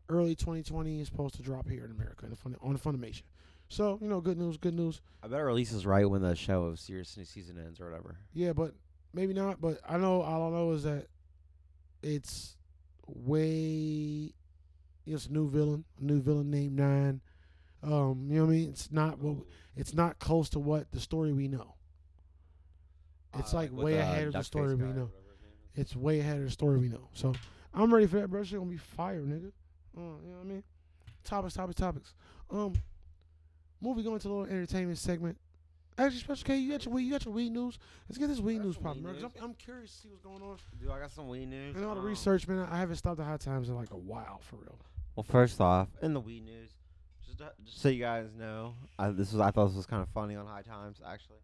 Speaker 1: Early 2020 is supposed to drop here in America in the Fun- on Funimation. So you know, good news, good news.
Speaker 2: I better release this right when the show of Serious New Season ends or whatever.
Speaker 1: Yeah, but maybe not. But I know all I know is that it's way it's a new villain, a new villain named Nine. Um, you know what I mean? It's not what it's not close to what the story we know. It's
Speaker 2: Uh,
Speaker 1: like
Speaker 2: with
Speaker 1: way
Speaker 2: the
Speaker 1: ahead of the
Speaker 2: duck-faced
Speaker 1: story we
Speaker 2: guy or
Speaker 1: know. It's way ahead of the story we know. So I'm ready for that, bro. Shit gonna be fire, nigga. Uh, you know what I mean? Topics, topics, topics. Um, movie going to a little entertainment segment. Actually, Special K, you got your weed, you got your weed news. Let's get this weed
Speaker 2: got
Speaker 1: news
Speaker 2: some
Speaker 1: popping,
Speaker 2: weed
Speaker 1: bro. 'cause
Speaker 2: news.
Speaker 1: I'm, I'm curious to see what's going on.
Speaker 2: Dude, I got some weed news.
Speaker 1: And all the
Speaker 2: Um,
Speaker 1: research, man. I haven't stopped at high times in like a while, for real.
Speaker 2: Well, first off, in the weed news, just, to- just so you guys know, I, this was I thought this was kind of funny on High Times actually.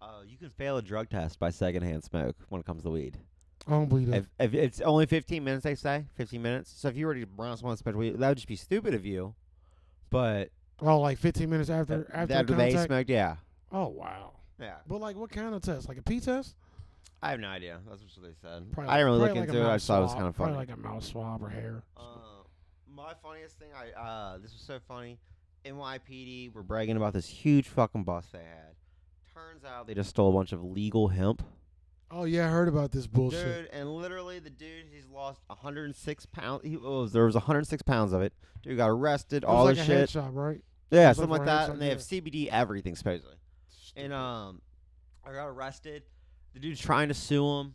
Speaker 2: Uh, you can fail a drug test by secondhand smoke when it comes to weed.
Speaker 1: I don't believe that.
Speaker 2: If, if it's only 15 minutes, they say 15 minutes. So if you already brown someone special weed, that would just be stupid of you. But
Speaker 1: Oh, like 15 minutes after
Speaker 2: that-
Speaker 1: after
Speaker 2: that
Speaker 1: the
Speaker 2: they
Speaker 1: contact.
Speaker 2: smoked, yeah,
Speaker 1: Oh wow.
Speaker 2: yeah.
Speaker 1: But like, what kind of test? Like a pee test?
Speaker 2: I have no idea. That's what they said.
Speaker 1: Probably
Speaker 2: I didn't
Speaker 1: probably
Speaker 2: really look
Speaker 1: like a
Speaker 2: into it. I
Speaker 1: mouth
Speaker 2: just thought it was
Speaker 1: swab-
Speaker 2: kind of funny.
Speaker 1: probably like a mouth swab or hair.
Speaker 2: Uh, my funniest thing, I uh, this was so funny. NYPD were bragging about this huge fucking bus they had.
Speaker 4: Turns out they just stole a bunch of legal hemp.
Speaker 1: Oh yeah, I heard about this bullshit.
Speaker 2: Dude, and literally the dude, he's lost 106 pounds. He oh, there was 106 pounds of it. Dude got arrested,
Speaker 1: It was
Speaker 2: all
Speaker 1: like
Speaker 2: this
Speaker 1: a
Speaker 2: shit.
Speaker 1: hand shop, right?
Speaker 2: Yeah,
Speaker 1: It's
Speaker 2: something
Speaker 1: like
Speaker 2: like
Speaker 1: for hands
Speaker 2: that.
Speaker 1: on
Speaker 2: And they have
Speaker 1: deck.
Speaker 2: CBD everything supposedly. And
Speaker 1: Mm-hmm.
Speaker 2: um, I got arrested. The dude's trying to sue him.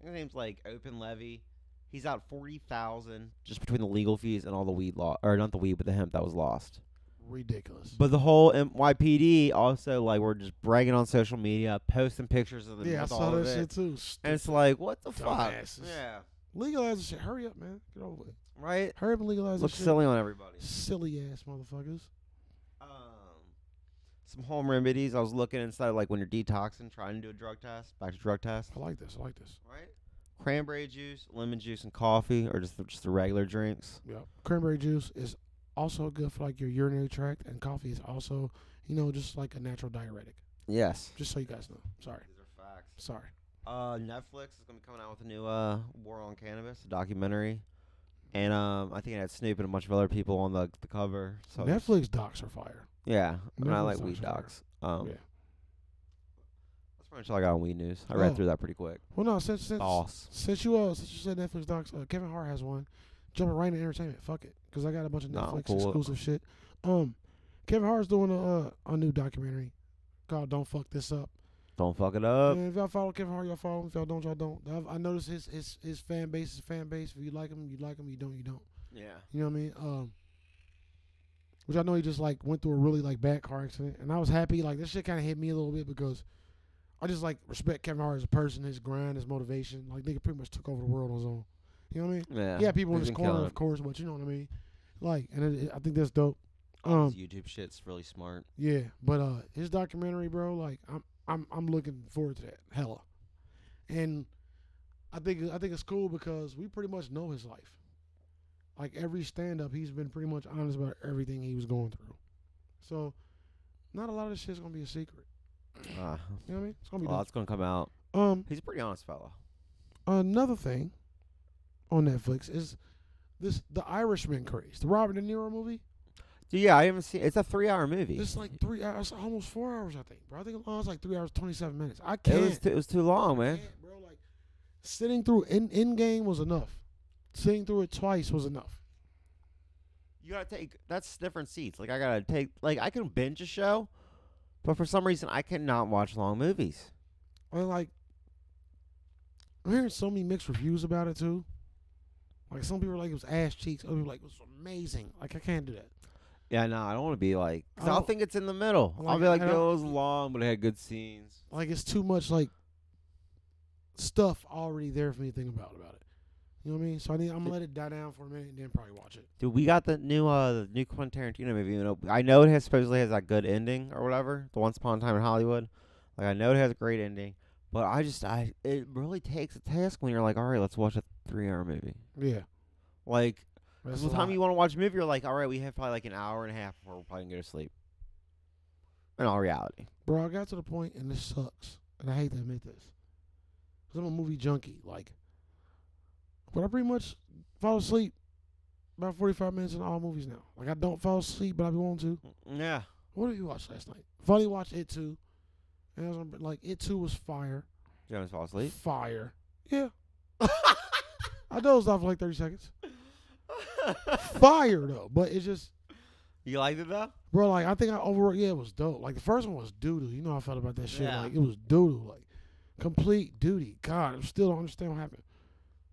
Speaker 2: I think His name's like Open Levy. He's out forty thousand just between the legal fees and all the weed law, or not the weed, but the hemp that was lost.
Speaker 1: Ridiculous.
Speaker 2: But the whole NYPD also like were just bragging on social media, posting pictures of the
Speaker 1: yeah, I
Speaker 2: with
Speaker 1: saw
Speaker 2: all of
Speaker 1: that
Speaker 2: it.
Speaker 1: shit too.
Speaker 2: And it's like, what the fuck?
Speaker 1: Dumbasses.
Speaker 2: Yeah,
Speaker 1: Legalize the shit. Hurry up, man. Get over it.
Speaker 2: right.
Speaker 1: Hurry up and legalize
Speaker 2: Looks
Speaker 1: this shit.
Speaker 2: silly on everybody.
Speaker 1: Silly ass motherfuckers.
Speaker 2: um, some home remedies. I was looking inside, like when you're detoxing, trying to do a drug test. Back to drug test,
Speaker 1: I like this. I like this.
Speaker 2: right? Cranberry juice, lemon juice, and coffee, or just the, just the regular drinks.
Speaker 1: Yeah. Cranberry juice is also good for like your urinary tract, and coffee is also, you know, just like a natural diuretic.
Speaker 2: Yes,
Speaker 1: Just so you guys know. Sorry.
Speaker 2: these are facts.
Speaker 1: Sorry.
Speaker 2: Uh, Netflix is gonna be coming out with a new uh War on Cannabis, a documentary, and um, I think it had Snoop and a bunch of other people on the the cover. So it's-
Speaker 1: Netflix docs are fire.
Speaker 2: Yeah, I mean, I
Speaker 1: Netflix
Speaker 2: like
Speaker 1: sounds
Speaker 2: weed
Speaker 1: fire.
Speaker 2: docs. Um,
Speaker 1: Yeah.
Speaker 2: that's pretty much all I got on weed news. I read
Speaker 1: Oh.
Speaker 2: through that pretty quick.
Speaker 1: Well, no, since since
Speaker 2: Sauce.
Speaker 1: since you uh since you said Netflix docs, uh, Kevin Hart has one. Jumping right into entertainment. Fuck it, because I got a bunch of
Speaker 2: Nah, I'm
Speaker 1: Netflix
Speaker 2: cool with-
Speaker 1: exclusive shit. Um, Kevin Hart's doing a uh, a new documentary called "Don't Fuck This Up."
Speaker 2: Don't fuck it up.
Speaker 1: And if y'all follow Kevin Hart, y'all follow him. If y'all don't, y'all don't. I've, I noticed his his his fan base is fan base. If you like him, you like him. You don't, you don't.
Speaker 2: yeah.
Speaker 1: You know what I mean? Um, which I know he just like went through a really like bad car accident, and I was happy. Like this shit kind of hit me a little bit because I just like respect Kevin Hart as a person, his grind, his motivation. Like nigga pretty much took over the world on his own. You know what I mean?
Speaker 2: Yeah.
Speaker 1: Yeah, people in
Speaker 2: he's
Speaker 1: his
Speaker 2: been killing
Speaker 1: corner,
Speaker 2: it.
Speaker 1: of course, but you know what I mean. Like, and it, it- I think that's dope.
Speaker 2: All
Speaker 1: Um,
Speaker 2: this YouTube shit's really smart.
Speaker 1: yeah, but uh, his documentary, bro. Like, I'm I'm I'm looking forward to that hella, and I think I think it's cool because we pretty much know his life. Like every stand up, he's been pretty much honest about everything he was going through. So, not a lot of this shit's gonna be a secret.
Speaker 2: Uh,
Speaker 1: You know what I mean? It's gonna be
Speaker 2: well, it's gonna come out.
Speaker 1: dope. um
Speaker 2: He's a pretty honest fella.
Speaker 1: another thing on Netflix is this the Irishman craze, the Robert De Niro movie.
Speaker 2: Yeah, I haven't seen. It's a three-hour movie.
Speaker 1: It's like three hours, almost four hours, I think, bro. I think it was like three hours twenty seven minutes. I
Speaker 2: it
Speaker 1: can't.
Speaker 2: was too, it was too long, man.
Speaker 1: can't, bro. Like sitting through in in game was enough. Sitting through it twice was enough.
Speaker 2: You gotta take that's different seats. Like I gotta take like I can binge a show, but for some reason I cannot watch long movies.
Speaker 1: And like I'm hearing so many mixed reviews about it too. Like some people are like it was ass cheeks. Other people like it was amazing. Like I can't do that.
Speaker 2: Yeah, no, I don't want to be like.
Speaker 1: I
Speaker 2: I will
Speaker 1: don't-
Speaker 2: think it's in the middle.
Speaker 1: Like,
Speaker 2: I'll be like,
Speaker 1: I don't-
Speaker 2: yo, it was long, but it had good scenes.
Speaker 1: Like it's too much like stuff already there for me to think about about it. You know what I mean? So I need I'm gonna let it die down for a minute and then probably watch it.
Speaker 2: Dude, we got the new uh the new Quentin Tarantino movie. You know, I know it has supposedly has that good ending or whatever. The Once Upon a Time in Hollywood. Like I know it has a great ending, but I just I it really takes a task when you're like, all right, let's watch a three hour movie.
Speaker 1: Yeah.
Speaker 2: Like
Speaker 1: That's
Speaker 2: 'cause by
Speaker 1: a
Speaker 2: the time
Speaker 1: lot.
Speaker 2: you want to watch a movie, you're like, all right, we have probably like an hour and a half before we're probably gonna go to sleep. In all reality,
Speaker 1: Bro, I got to the point, and this sucks, and I hate to admit this, cause I'm a movie junkie. Like, but I pretty much fall asleep about 45 minutes in all movies now. Like, I don't fall asleep, but I be wanting to.
Speaker 2: yeah.
Speaker 1: What did you watch last night? Finally watched It Too, and I was on- like, It Too was fire,
Speaker 2: You want to fall asleep?
Speaker 1: fire. Yeah, <laughs> I dozed off for like 30 seconds. Fire though, but it's just,
Speaker 2: you liked it though?
Speaker 1: bro. Like, I think I overall, yeah, it was dope. Like the first one was doodoo. You know how I felt about that shit.
Speaker 2: Yeah.
Speaker 1: Like it was doodoo. Like complete duty. God, I still don't understand what happened.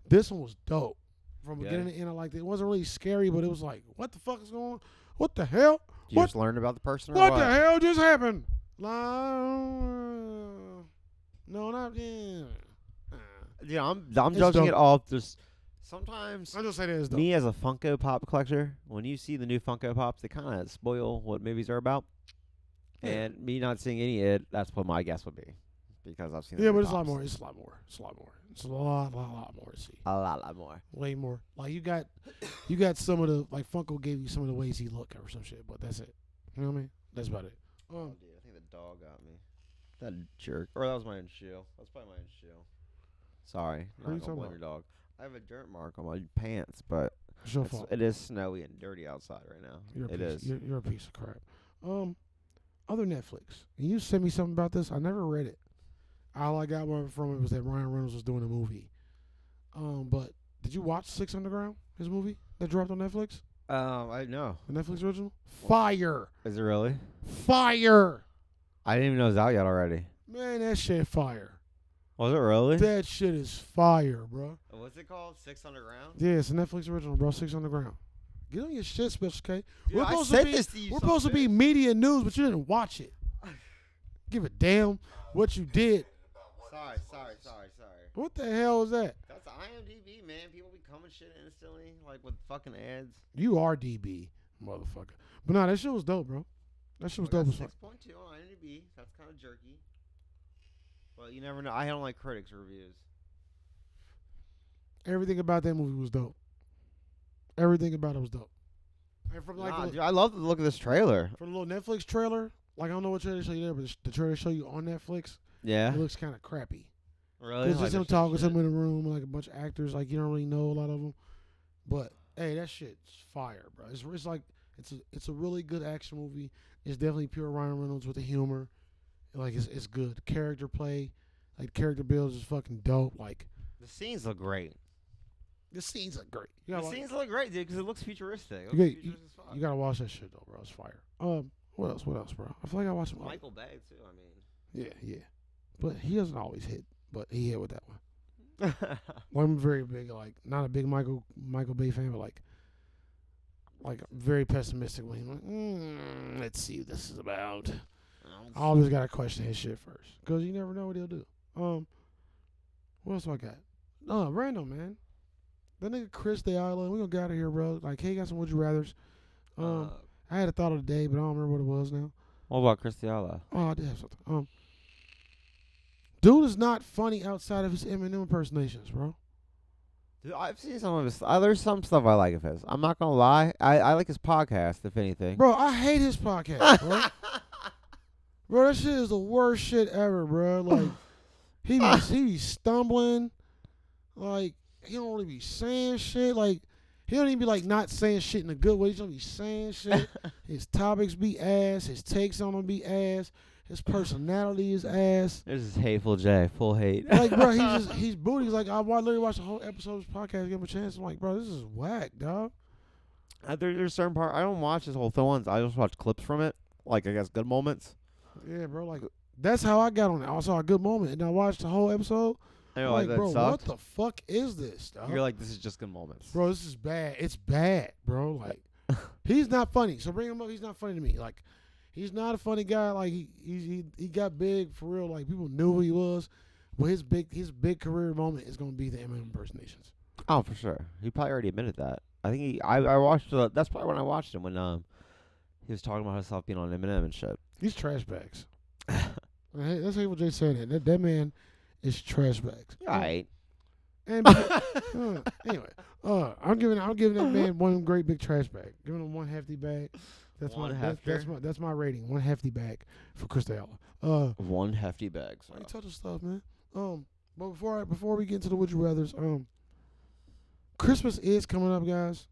Speaker 1: This one was dope. From
Speaker 2: Yeah.
Speaker 1: beginning to end, I liked it. It wasn't really scary, but it was like, what the fuck is going on? What the hell?
Speaker 2: You
Speaker 1: What-
Speaker 2: just learned about the person or
Speaker 1: What,
Speaker 2: what?
Speaker 1: the hell just happened? Like, uh, no, not yeah. Uh,
Speaker 2: Yeah, I'm I'm
Speaker 1: It's
Speaker 2: judging it
Speaker 1: dope.
Speaker 2: all just sometimes.
Speaker 1: I just say that is dope.
Speaker 2: Me as a Funko Pop collector, when you see the new Funko Pops, they kind of spoil what movies are about.
Speaker 1: Yeah.
Speaker 2: And me not seeing any of it, that's what my guess would be, because I've seen. the
Speaker 1: yeah,
Speaker 2: new
Speaker 1: but it's a lot
Speaker 2: Pops.
Speaker 1: more. It's a lot more. It's a lot more. It's a lot, lot, lot more to see.
Speaker 2: A lot, lot more.
Speaker 1: Way more. Like you got, you got some of the like Funko gave you some of the ways he look or some shit, but that's it. You know what I mean? That's about it. Um,
Speaker 2: Oh, dude, I think the dog got me. That jerk. Or that was my own shoe. That's probably my own shoe. Sorry,
Speaker 1: Who you
Speaker 2: not gonna
Speaker 1: talking
Speaker 2: blame your dog. I have a dirt mark on my pants, but
Speaker 1: it's your
Speaker 2: it's-
Speaker 1: fault.
Speaker 2: it is snowy and dirty outside right now.
Speaker 1: You're a
Speaker 2: It
Speaker 1: piece,
Speaker 2: is.
Speaker 1: You're, you're a piece of crap. Um, other Netflix, and you sent me something about this. I never read it. All I got from it was that Ryan Reynolds was doing a movie. Um, but did you watch Six Underground? His movie that dropped on Netflix,
Speaker 2: Um, I know.
Speaker 1: the Netflix original. Fire,
Speaker 2: Is it really?
Speaker 1: fire,
Speaker 2: I didn't even know it was out yet already.
Speaker 1: man, that shit fire.
Speaker 2: Was it really? Uh,
Speaker 1: That shit is fire, bro.
Speaker 2: What's it called? Six Underground.
Speaker 1: Yeah, it's a Netflix original, bro. Six Underground. Get on your shit, Special K. We're
Speaker 2: I
Speaker 1: supposed to
Speaker 2: said
Speaker 1: be-
Speaker 2: this to you.
Speaker 1: We're supposed to be media news, but you didn't watch
Speaker 2: <sighs>
Speaker 1: it. Give a damn what you did.
Speaker 2: Sorry, sorry, sorry, sorry.
Speaker 1: What the hell is that?
Speaker 2: That's IMDb, man. People be coming shit instantly, like with fucking ads.
Speaker 1: You are DB, motherfucker. But nah, that shit was dope, bro. That shit was dope as fuck.
Speaker 2: Six point two on IMDb. That's kind of jerky. But you never know. I don't like critics' reviews.
Speaker 1: Everything about that movie was dope. Everything about it was dope. And from like
Speaker 2: Nah,
Speaker 1: the,
Speaker 2: dude, I love the look of this trailer.
Speaker 1: from the little Netflix trailer, like I don't know what trailer they show you there, but the- the trailer they show you on Netflix,
Speaker 2: Yeah.
Speaker 1: it looks kind of crappy.
Speaker 2: Really?
Speaker 1: It's
Speaker 2: Oh, Like,
Speaker 1: just him
Speaker 2: there's
Speaker 1: talking to
Speaker 2: shit.
Speaker 1: him in a room, like a bunch of actors. Like you don't really know a lot of them, but hey, that shit's fire, bro. It's, it's like it's a, it's a really good action movie. It's definitely pure Ryan Reynolds with the humor. Like it's it's good character play, like character builds is fucking dope. Like
Speaker 2: The scenes look great.
Speaker 1: the scenes are great. You
Speaker 2: The
Speaker 1: gotta, wa-
Speaker 2: scenes look great, dude, because it looks futuristic. It
Speaker 1: You
Speaker 2: looks
Speaker 1: got-
Speaker 2: futuristic as fuck.
Speaker 1: you gotta watch that shit though, bro. It's fire. Um, what else? What else, bro? I feel like I watched some. other-
Speaker 2: <laughs> Michael Bay too.
Speaker 1: <laughs>
Speaker 2: I mean,
Speaker 1: Yeah, yeah, but he doesn't always hit, but he hit with that one. Well, I'm very big, like not a big Michael Michael Bay fan, but like, like very pessimistic when he's like, mm, let's see what this is about. I always gotta question his shit first, cause you never know what he'll do. Um, what else do I got? No, random man. That nigga Chris De Isla, we gonna get out of here, bro. Like, hey, you got some would you rather's? Um,
Speaker 2: Uh,
Speaker 1: I had a thought of the day, but I don't remember what it was now.
Speaker 2: what about Cristiala?
Speaker 1: Oh, I did have something. Um, dude is not funny outside of his Eminem impersonations, bro.
Speaker 2: Dude, I've seen some of his. Uh, there's some stuff I like of his. I'm not gonna lie. I, I like his podcast, if anything. <laughs>
Speaker 1: Bro, I hate his podcast, bro. bro, that shit is the worst shit ever, bro. <sighs> Like he <sighs> be, he be stumbling, like he don't really be saying shit. Like he don't even be like not saying shit in a good way. He don't be saying <laughs> shit. his topics be ass. His takes on them be ass. His personality is ass.
Speaker 2: This is hateful J, full hate.
Speaker 1: Like bro, he's <laughs> just he's booty. He's like I wa- literally watched the whole episode of his podcast. Give him a chance. I'm like, bro, this is whack, dog.
Speaker 2: Uh, <laughs> there, there's certain part I don't watch his whole thing once. I just watch clips from it, like I guess good moments.
Speaker 1: Yeah, bro. Like that's how I got on it. I saw a good moment, and I watched the whole episode.
Speaker 2: And
Speaker 1: I'm
Speaker 2: you're like, that
Speaker 1: bro,
Speaker 2: sucked.
Speaker 1: what the fuck is this? Dog?
Speaker 2: You're like, this is just good moments.
Speaker 1: bro, this is bad. It's bad, bro. Like, he's not funny. So bring him up. He's not funny to me. Like, he's not a funny guy. Like he he he, he got big for real. Like people knew who he was. But his big his big career moment is gonna be the Eminem impersonations.
Speaker 2: Oh, for sure. He probably already admitted that. I think he. I, I watched. Uh, that's probably when I watched him when um he was talking about himself being on Eminem and shit.
Speaker 1: He's trash bags. And hey, That's what Jay saying. That. that that man is trash bags.
Speaker 2: Right. <laughs>
Speaker 1: And uh, anyway, uh, I'm giving I'm giving that man one great big trash bag. Giving him one hefty bag. That's
Speaker 2: One
Speaker 1: my that's, that's
Speaker 2: hefter?
Speaker 1: my that's my rating. One hefty bag for Chris D'Elia. Uh,
Speaker 2: One hefty bag.
Speaker 1: I ain't touching stuff, man. Um, but before I, before we get into the would you rather's, um, Christmas is coming up, guys.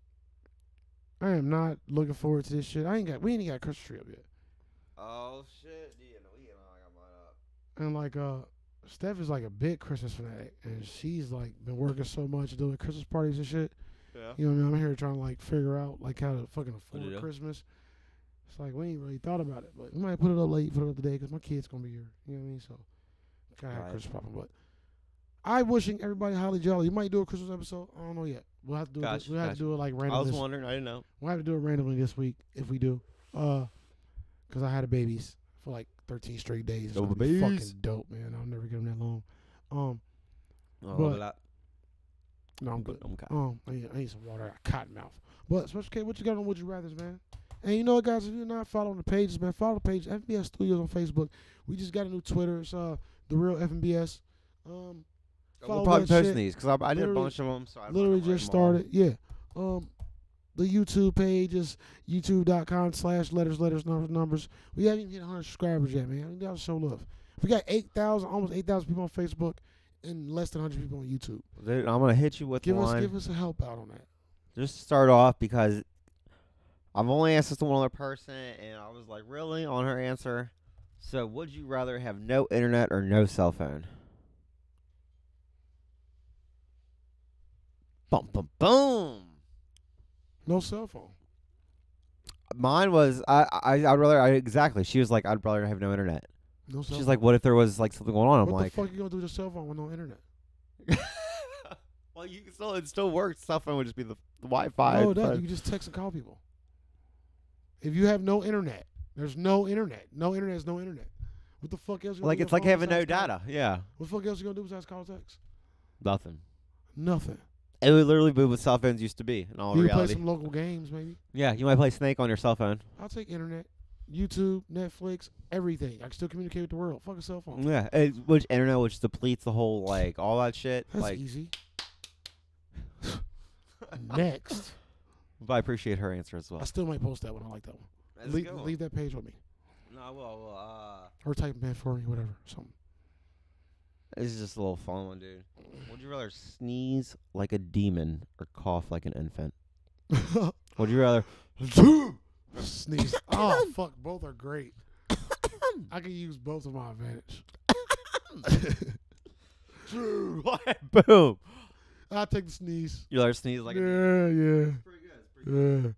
Speaker 1: I am not looking forward to this shit. I ain't got we ain't even got a Christmas tree up yet,
Speaker 2: Oh shit! Yeah, no, yeah, I got mine up.
Speaker 1: and like uh, Steph is like a big Christmas fanatic, and she's like been working so much doing Christmas parties and shit.
Speaker 2: Yeah.
Speaker 1: You know what I mean? I'm here trying to like figure out like how to fucking afford
Speaker 2: yeah.
Speaker 1: Christmas. It's like we ain't really thought about it, but we might put it up late, put it up today because my kid's gonna be here. You know what I mean? So gotta have
Speaker 2: Right.
Speaker 1: Christmas popping. But I wishing everybody holly jolly. You might do a Christmas episode. I don't know yet. We'll have to do it.
Speaker 2: Gotcha,
Speaker 1: We'll have
Speaker 2: gotcha.
Speaker 1: to do it like
Speaker 2: I was
Speaker 1: randomly.
Speaker 2: wondering. I didn't know.
Speaker 1: We'll have to do it randomly this week if we do. Uh, cause I had a babies for like 13 straight days. It's
Speaker 2: Double
Speaker 1: gonna be
Speaker 2: babies.
Speaker 1: Fucking dope, man. I'll never get them that long. Um,
Speaker 2: Oh,
Speaker 1: But- no, I'm good. Um, I need, I need some water. I got cotton mouth. But Special K, what you got on Would You Rather's, man? And you know what, guys? If you're not following the pages, man, follow the page FBS Studios on Facebook. We just got a new Twitter. It's uh the real FBS. Um,
Speaker 2: We'll
Speaker 1: follow
Speaker 2: probably
Speaker 1: that
Speaker 2: posting
Speaker 1: shit.
Speaker 2: these because I, I did a
Speaker 1: Literally-
Speaker 2: bunch of them. So I don't
Speaker 1: Literally
Speaker 2: know where
Speaker 1: just
Speaker 2: I'm on.
Speaker 1: started. Yeah. Um, the YouTube page is youtube.com slash letters letters numbers numbers. We haven't even hit 100 subscribers yet, man. We gotta show love. We got 8,000, almost 8,000 people on Facebook, and less than 100 people on YouTube.
Speaker 2: Dude, I'm gonna hit you with
Speaker 1: Give
Speaker 2: one.
Speaker 1: us give us a help out on that.
Speaker 2: just to start off because I've only asked this to one other person, and I was like, really? On her answer. So, would you rather have no internet or no cell phone? Boom, boom, boom.
Speaker 1: No cell phone.
Speaker 2: Mine was I, I I'd rather I, exactly. She was like, I'd rather have no internet.
Speaker 1: No cell
Speaker 2: She's
Speaker 1: phone.
Speaker 2: like, what if there was like something going on? I'm
Speaker 1: what
Speaker 2: like,
Speaker 1: the fuck you gonna do with your cell phone with no internet?
Speaker 2: <laughs> well, you can still it still works. Cell phone would just be the, the Wi-Fi.
Speaker 1: no, it doesn't.
Speaker 2: but-
Speaker 1: You can just text and call people. If you have no internet, there's no internet. No internet is no internet. What the fuck else? You gonna
Speaker 2: like
Speaker 1: do with
Speaker 2: it's like
Speaker 1: your phone
Speaker 2: having no
Speaker 1: besides call-
Speaker 2: data. Yeah,
Speaker 1: What the fuck else you gonna do besides call and text?
Speaker 2: nothing.
Speaker 1: Nothing.
Speaker 2: It would literally be what cell phones used to be in all
Speaker 1: you can play
Speaker 2: reality.
Speaker 1: some local games, maybe.
Speaker 2: yeah, you might play Snake on your cell phone.
Speaker 1: I'll take internet, YouTube, Netflix, everything. I can still communicate with the world. Fuck a cell phone.
Speaker 2: Yeah, it, which internet which depletes the whole like all that shit.
Speaker 1: That's e
Speaker 2: like, <laughs>
Speaker 1: easy. Next,
Speaker 2: but I appreciate her answer as
Speaker 1: I
Speaker 2: well.
Speaker 1: still might post that one. I like that one. Leave, leave that page with me,
Speaker 2: No, I will. Uh,
Speaker 1: or type it in for me, whatever. Something.
Speaker 2: this is just a little fun one, dude. Would you rather sneeze like a demon or cough like an infant? Would
Speaker 1: <laughs>
Speaker 2: you rather? <laughs>
Speaker 1: Sneeze. Oh fuck, both are great. <coughs> I can use both of my advantage.
Speaker 2: Boom.
Speaker 1: I'll take the sneeze.
Speaker 2: You rather sneeze like a demon?
Speaker 1: yeah, yeah,
Speaker 2: Pretty good. It's pretty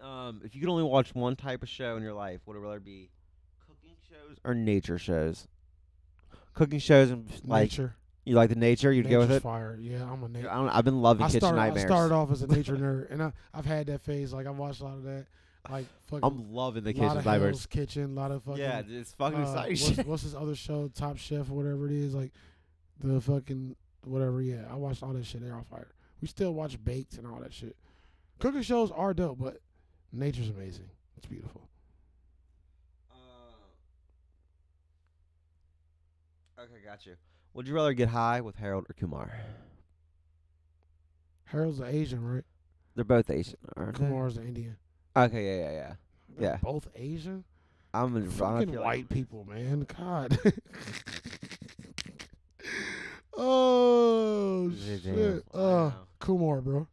Speaker 1: yeah.
Speaker 2: Um, if you could only watch one type of show in your life, what would it rather be? Cooking shows or nature shows? Cooking shows and like
Speaker 1: nature.
Speaker 2: you like the nature, you'd go with
Speaker 1: Nature's
Speaker 2: it.
Speaker 1: fire. Yeah, I'm a
Speaker 2: I
Speaker 1: nature.
Speaker 2: don't. I've been loving
Speaker 1: I
Speaker 2: kitchen
Speaker 1: started, I
Speaker 2: nightmares.
Speaker 1: started off as a
Speaker 2: <laughs>
Speaker 1: nature nerd, and I, I've had that phase. Like I watched a lot of that. Like fucking
Speaker 2: I'm loving the
Speaker 1: lot
Speaker 2: kitchen
Speaker 1: of
Speaker 2: nightmares.
Speaker 1: Hell's Kitchen, lot of fucking.
Speaker 2: Yeah, dude, it's
Speaker 1: uh,
Speaker 2: fucking exciting.
Speaker 1: what's, what's this other show, Top Chef or whatever it is? Like the fucking whatever. Yeah, I watched all that shit. They're on fire. We still watch Baked and all that shit. Cooking shows are dope, but nature's amazing. It's beautiful.
Speaker 2: Uh, <laughs> okay, got you. Would you rather get high with Harold or Kumar?
Speaker 1: Harold's the Asian, right?
Speaker 2: They're both Asian, aren't they?
Speaker 1: Kumar's the Indian.
Speaker 2: Okay, yeah, yeah, yeah.
Speaker 1: They're
Speaker 2: Yeah.
Speaker 1: Both Asian.
Speaker 2: I'm in. I
Speaker 1: Fucking
Speaker 2: feel <laughs>
Speaker 1: white people, man. God. <laughs> oh
Speaker 2: Yeah, damn.
Speaker 1: shit.
Speaker 2: I
Speaker 1: Uh,
Speaker 2: know.
Speaker 1: Kumar, bro.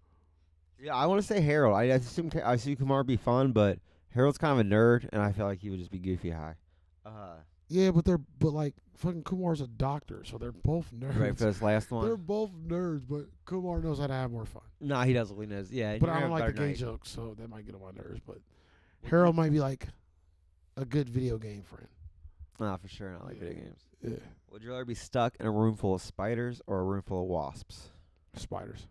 Speaker 2: Yeah, I want to say Harold. I, I assume Ka- I see Kumar be fun, but Harold's kind of a nerd, and I feel like he would just be goofy high. Uh,
Speaker 1: Yeah, but they're but like fucking Kumar's a doctor, so they're both nerds.
Speaker 2: right for this
Speaker 1: <laughs>
Speaker 2: last
Speaker 1: They're
Speaker 2: one.
Speaker 1: both nerds, but Kumar knows how to have more fun.
Speaker 2: Nah, he doesn't. He knows. Yeah, and
Speaker 1: But
Speaker 2: you're
Speaker 1: I
Speaker 2: gonna
Speaker 1: don't like the
Speaker 2: have a
Speaker 1: gay
Speaker 2: better night.
Speaker 1: jokes, so that might get on my nerves. But Harold might be like a good video game friend.
Speaker 2: Nah, for sure. Not like video games.
Speaker 1: Yeah,
Speaker 2: Would you rather be stuck in a room full of spiders or a room full of wasps?
Speaker 1: spiders.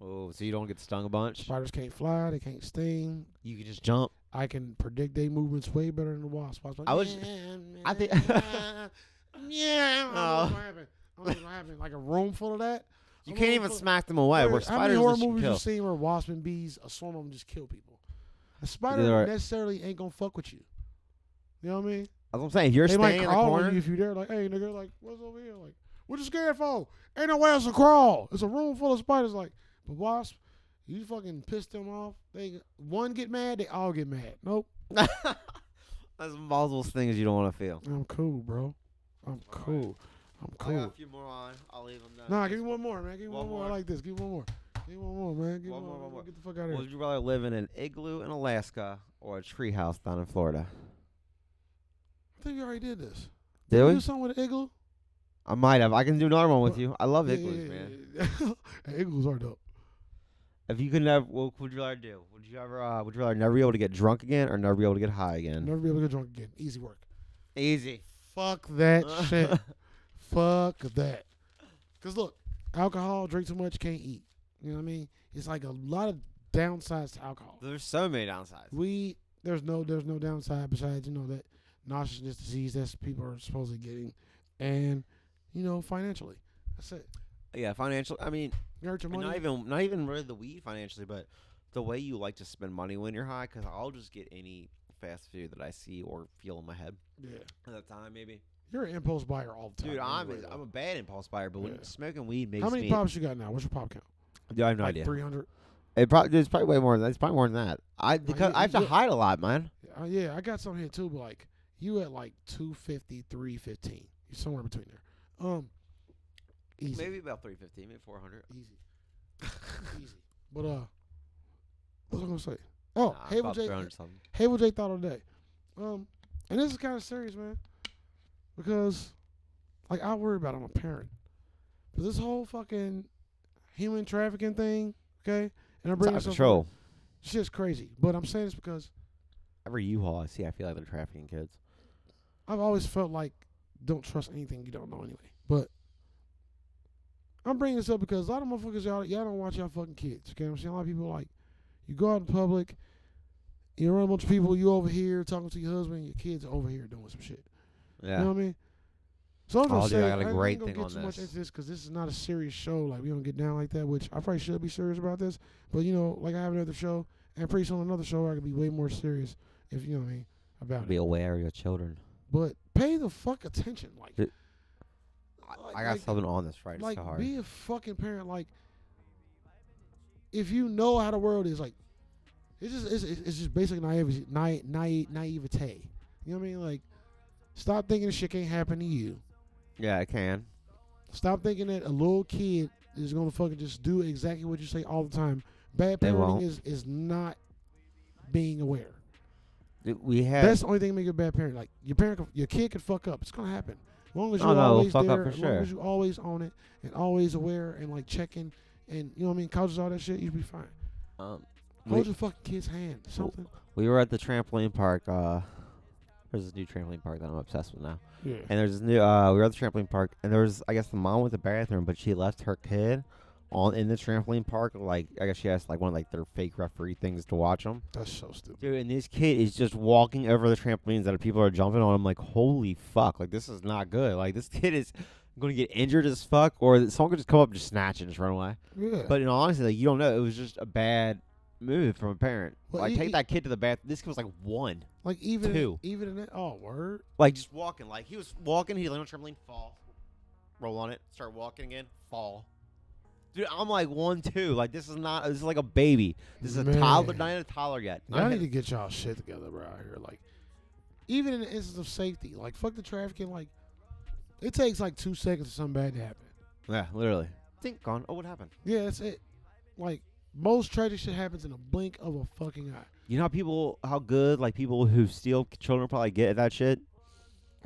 Speaker 2: Oh, so you don't get stung a bunch.
Speaker 1: Spiders can't fly. They can't sting.
Speaker 2: You can just jump.
Speaker 1: I can predict their movements way better than the wasp. Wasp like,
Speaker 2: I was- I think- <laughs>
Speaker 1: yeah, yeah. I
Speaker 2: Oh.
Speaker 1: don't know what's gonna happen. I don't know what's gonna happen. Like a room full of that.
Speaker 2: You
Speaker 1: A
Speaker 2: can't
Speaker 1: room
Speaker 2: even
Speaker 1: full-
Speaker 2: smack them away.
Speaker 1: Where-
Speaker 2: Where
Speaker 1: how many
Speaker 2: spiders
Speaker 1: horror
Speaker 2: just you
Speaker 1: movies you
Speaker 2: kill.
Speaker 1: seen where wasp and bees, a swarm of them, just kill people? A spider
Speaker 2: They're-
Speaker 1: necessarily ain't gonna fuck with you. You know what I mean?
Speaker 2: That's what I'm saying. If you're
Speaker 1: they might
Speaker 2: staying in the
Speaker 1: crawl on
Speaker 2: corner.
Speaker 1: you if you there. Like, hey, nigga, like, what's over here? Like, what you scared for? Ain't no way else to crawl. It's a room full of spiders. Like, but wasp, you fucking piss them off. They one get mad, they all get mad. Nope,
Speaker 2: <laughs> That's multiple things you don't want to feel.
Speaker 1: I'm cool, bro. I'm cool. I'm
Speaker 2: I got
Speaker 1: cool.
Speaker 2: a few more on. I'll leave them. Now.
Speaker 1: Nah, give me one more, man. Give me one,
Speaker 2: One
Speaker 1: more. I
Speaker 2: more.
Speaker 1: like this. Give me one more. Give me one more, man. Give me
Speaker 2: One
Speaker 1: one,
Speaker 2: more, one
Speaker 1: more.
Speaker 2: more.
Speaker 1: Get the fuck out of here.
Speaker 2: Would you rather live in an igloo in Alaska or a treehouse down in Florida?
Speaker 1: I think we already did this.
Speaker 2: Did
Speaker 1: You
Speaker 2: we?
Speaker 1: do something with an igloo?
Speaker 2: I might have. I can do another one with
Speaker 1: Well,
Speaker 2: you. I love
Speaker 1: Yeah,
Speaker 2: igloos,
Speaker 1: yeah,
Speaker 2: man.
Speaker 1: yeah, yeah. <laughs> Hey, igloos are dope.
Speaker 2: If you could never, what would you rather do? Would you ever, uh, would you rather never be able to get drunk again or never be able to get high again?
Speaker 1: Never be able to get drunk again. Easy work.
Speaker 2: Easy.
Speaker 1: Fuck
Speaker 2: <laughs>
Speaker 1: that shit. Fuck that. Cause look, alcohol, drink too much, can't eat. You know what I mean? It's like a lot of downsides to alcohol.
Speaker 2: There's so many downsides.
Speaker 1: Weed, there's no there's no downside besides, you know, that nauseousness disease that's people are supposedly getting. And, you know, financially. That's it.
Speaker 2: Yeah, financial. I mean,
Speaker 1: You hurt your
Speaker 2: And
Speaker 1: money.
Speaker 2: Not even not even really the weed financially, but the way you like to spend money when you're high. Because I'll just get any fast food that I see or feel in my head
Speaker 1: yeah.
Speaker 2: at the time, maybe.
Speaker 1: You're an impulse buyer all the time.
Speaker 2: Dude, I'm
Speaker 1: anyway,
Speaker 2: I'm
Speaker 1: though.
Speaker 2: a bad impulse buyer, but
Speaker 1: Yeah.
Speaker 2: when smoking weed makes
Speaker 1: How many
Speaker 2: me.
Speaker 1: pops you got now? What's your pop count?
Speaker 2: Dude, I have no
Speaker 1: like
Speaker 2: idea.
Speaker 1: Three hundred.
Speaker 2: It probably it's probably way more than that. It's probably more than that. I because
Speaker 1: you-
Speaker 2: I have to
Speaker 1: you-
Speaker 2: hide a lot, man.
Speaker 1: Uh, yeah, I got some here too, but like you at like 250, 315. You're somewhere between there. Um, easy,
Speaker 2: Maybe about three fifty,
Speaker 1: <laughs>
Speaker 2: maybe four hundred.
Speaker 1: easy, easy. But uh, what was I gonna say? Oh,
Speaker 2: Nah,
Speaker 1: Havel
Speaker 2: Bob
Speaker 1: J.
Speaker 2: Brown or something.
Speaker 1: Havel J. Thought all day. Um, and this is kind of serious, man, because like I worry about. it. I'm a parent, but this whole fucking human trafficking thing, okay? And I
Speaker 2: It's
Speaker 1: bring
Speaker 2: out of
Speaker 1: this up-
Speaker 2: control.
Speaker 1: Shit's crazy, but I'm saying this because
Speaker 2: Every U-Haul I see, I feel like they're trafficking kids.
Speaker 1: I've always felt like don't trust anything you don't know anyway. But I'm bringing this up because a lot of motherfuckers y'all y'all don't watch y'all fucking kids. Okay, I'm seeing a lot of people like you go out in public, you're around a bunch of people, you over here talking to your husband, your kids are over here doing some shit.
Speaker 2: Yeah.
Speaker 1: You know what I mean? So I'm
Speaker 2: Oh,
Speaker 1: gonna
Speaker 2: dude,
Speaker 1: say
Speaker 2: I got a
Speaker 1: ain't
Speaker 2: great
Speaker 1: gonna
Speaker 2: thing
Speaker 1: get
Speaker 2: on
Speaker 1: too much
Speaker 2: this.
Speaker 1: into this because this is not a serious show. Like we don't get down like that, which I probably should be serious about this. But you know, like I have another show, and pretty soon another show where I could be way more serious if you know what I mean about it
Speaker 2: Be aware of your children.
Speaker 1: but pay the fuck attention. Like,
Speaker 2: Dude,
Speaker 1: like
Speaker 2: I got
Speaker 1: like,
Speaker 2: something on this right. It's
Speaker 1: like
Speaker 2: so hard.
Speaker 1: be a fucking parent. Like, if you know how the world is, like, it's just it's, it's it's just basic naive, naive, naive naivete. You know what I mean? Like, stop thinking this shit can't happen to you.
Speaker 2: yeah, I can.
Speaker 1: Stop thinking that a little kid is gonna fucking just do exactly what you say all the time. Bad
Speaker 2: They
Speaker 1: parenting
Speaker 2: won't.
Speaker 1: is is not being aware.
Speaker 2: Dude, We have.
Speaker 1: That's the only thing that make a bad parent. Like your parent, could- your kid could fuck up. It's gonna happen. As long as
Speaker 2: Oh,
Speaker 1: you're
Speaker 2: no, it'll
Speaker 1: always
Speaker 2: fuck up
Speaker 1: there,
Speaker 2: for
Speaker 1: as long
Speaker 2: sure.
Speaker 1: as you always on it and always aware and like checking and you know what I mean, coaches all that shit, you'll be fine.
Speaker 2: um,
Speaker 1: Hold
Speaker 2: we,
Speaker 1: your fucking kid's hand, something.
Speaker 2: we were at the trampoline park. Uh, there's this new trampoline park that I'm obsessed with now.
Speaker 1: Yeah.
Speaker 2: And there's this new. Uh, we were at the trampoline park, and there was. I guess the mom went to the bathroom, but she left her kid on in the trampoline park. Like I guess she asked like one of like their fake referee things to watch them.
Speaker 1: That's so stupid.
Speaker 2: Dude, and this kid is just walking over the trampolines that people are jumping on. I'm like, holy fuck! Like this is not good. Like this <laughs> kid is going to get injured as fuck, or someone could just come up, and just snatch it, and just run away.
Speaker 1: Yeah.
Speaker 2: But in all honesty, like, you don't know. It was just a bad move from a parent.
Speaker 1: Well,
Speaker 2: like
Speaker 1: you-
Speaker 2: take
Speaker 1: you-
Speaker 2: that kid to the bath. This kid was like one,
Speaker 1: like even
Speaker 2: two.
Speaker 1: even in that oh word.
Speaker 2: like just walking. Like he was walking. He landed on trampoline, fall, roll on it, start walking again, fall. Dude, I'm like one, two. Like this is not. This is like a baby. This is a toddler.
Speaker 1: Man.
Speaker 2: Not even a toddler yet.
Speaker 1: Y'all
Speaker 2: Not
Speaker 1: need
Speaker 2: even-
Speaker 1: to get y'all shit together, bro, out here. Like even in the instance of safety, like fuck the trafficking, like it takes like two seconds for something bad to happen.
Speaker 2: yeah, literally. Think gone. Oh, what happened?
Speaker 1: Yeah, that's it. Like most tragic shit happens in a blink of a fucking eye.
Speaker 2: You know how people, how good like people who steal children probably get at that shit.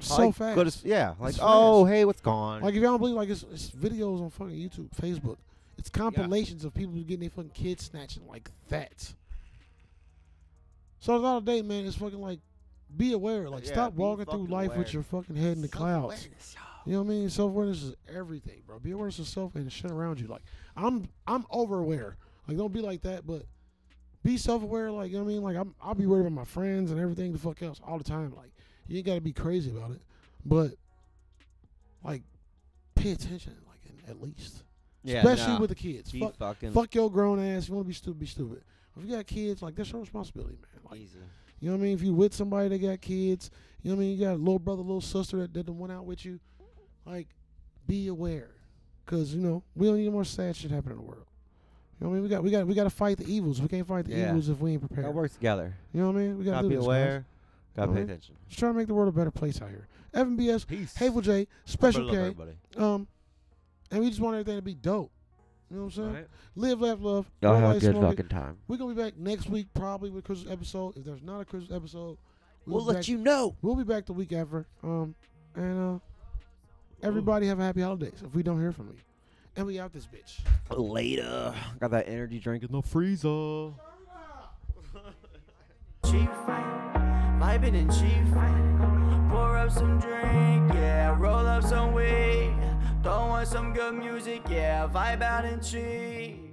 Speaker 1: So
Speaker 2: Like,
Speaker 1: fast.
Speaker 2: Go to, s- yeah, like
Speaker 1: It's
Speaker 2: oh
Speaker 1: fast.
Speaker 2: hey, what's gone?
Speaker 1: Like if y'all don't believe, like it's, it's videos on fucking YouTube, Facebook. It's compilations of people getting their fucking kids snatching like that. So at the end of the day, man, it's fucking like be aware. Like
Speaker 2: Yeah,
Speaker 1: stop
Speaker 2: be
Speaker 1: walking through
Speaker 2: fucking
Speaker 1: life
Speaker 2: aware.
Speaker 1: with your fucking head in the clouds.
Speaker 2: Self-awareness,
Speaker 1: You know what I mean? Self awareness is everything, bro. Be aware of yourself and the shit around you. Like I'm I'm over aware. Like don't be like that, but be self aware, like you know what I mean? Like I'm I'll be worried about my friends and everything the fuck else all the time. Like you ain't gotta be crazy about it. But like pay attention, like in, at least.
Speaker 2: Yeah,
Speaker 1: Especially
Speaker 2: nah.
Speaker 1: with the kids.
Speaker 2: Be
Speaker 1: Fuck,
Speaker 2: fucking
Speaker 1: fuck your grown ass. You wanna be stupid, be stupid. If you got kids, like that's your responsibility, man. Like
Speaker 2: easy.
Speaker 1: you know what I mean? If you with somebody that got kids, you know what I mean? You got a little brother, little sister that, that done went out with you. Like, be aware. Cause, you know, we don't need more sad shit happening in the world. You know what I mean? We got we got we gotta fight the evils. We can't fight the
Speaker 2: Yeah.
Speaker 1: evils if we ain't prepared.
Speaker 2: Gotta work together.
Speaker 1: You know what I mean? We gotta,
Speaker 2: Gotta
Speaker 1: do
Speaker 2: be
Speaker 1: this, guys.
Speaker 2: aware. Gotta pay
Speaker 1: Alright.
Speaker 2: attention.
Speaker 1: Just trying to make the world a better place out here. Evan BS,
Speaker 2: Peace.
Speaker 1: Havel J, Special K,
Speaker 2: everybody.
Speaker 1: um, and we just want everything to be dope. You know what I'm saying? Live, laugh, love.
Speaker 2: Y'all
Speaker 1: Don't
Speaker 2: have a
Speaker 1: let
Speaker 2: good
Speaker 1: smoke it.
Speaker 2: fucking time.
Speaker 1: We're gonna be back next week probably with a Christmas episode. If there's not a Christmas episode,
Speaker 2: We'll
Speaker 1: be
Speaker 2: let
Speaker 1: back-
Speaker 2: you know.
Speaker 1: We'll be back the week after. Um, and uh, everybody have a happy holidays. If we don't hear from you, and we out this bitch.
Speaker 2: Later. Got that energy drink in the freezer.
Speaker 3: Cheap fight, vibing in cheap fight. Pour up some drink, yeah, roll up some weed. Throw on some good music, yeah, vibe out and cheap.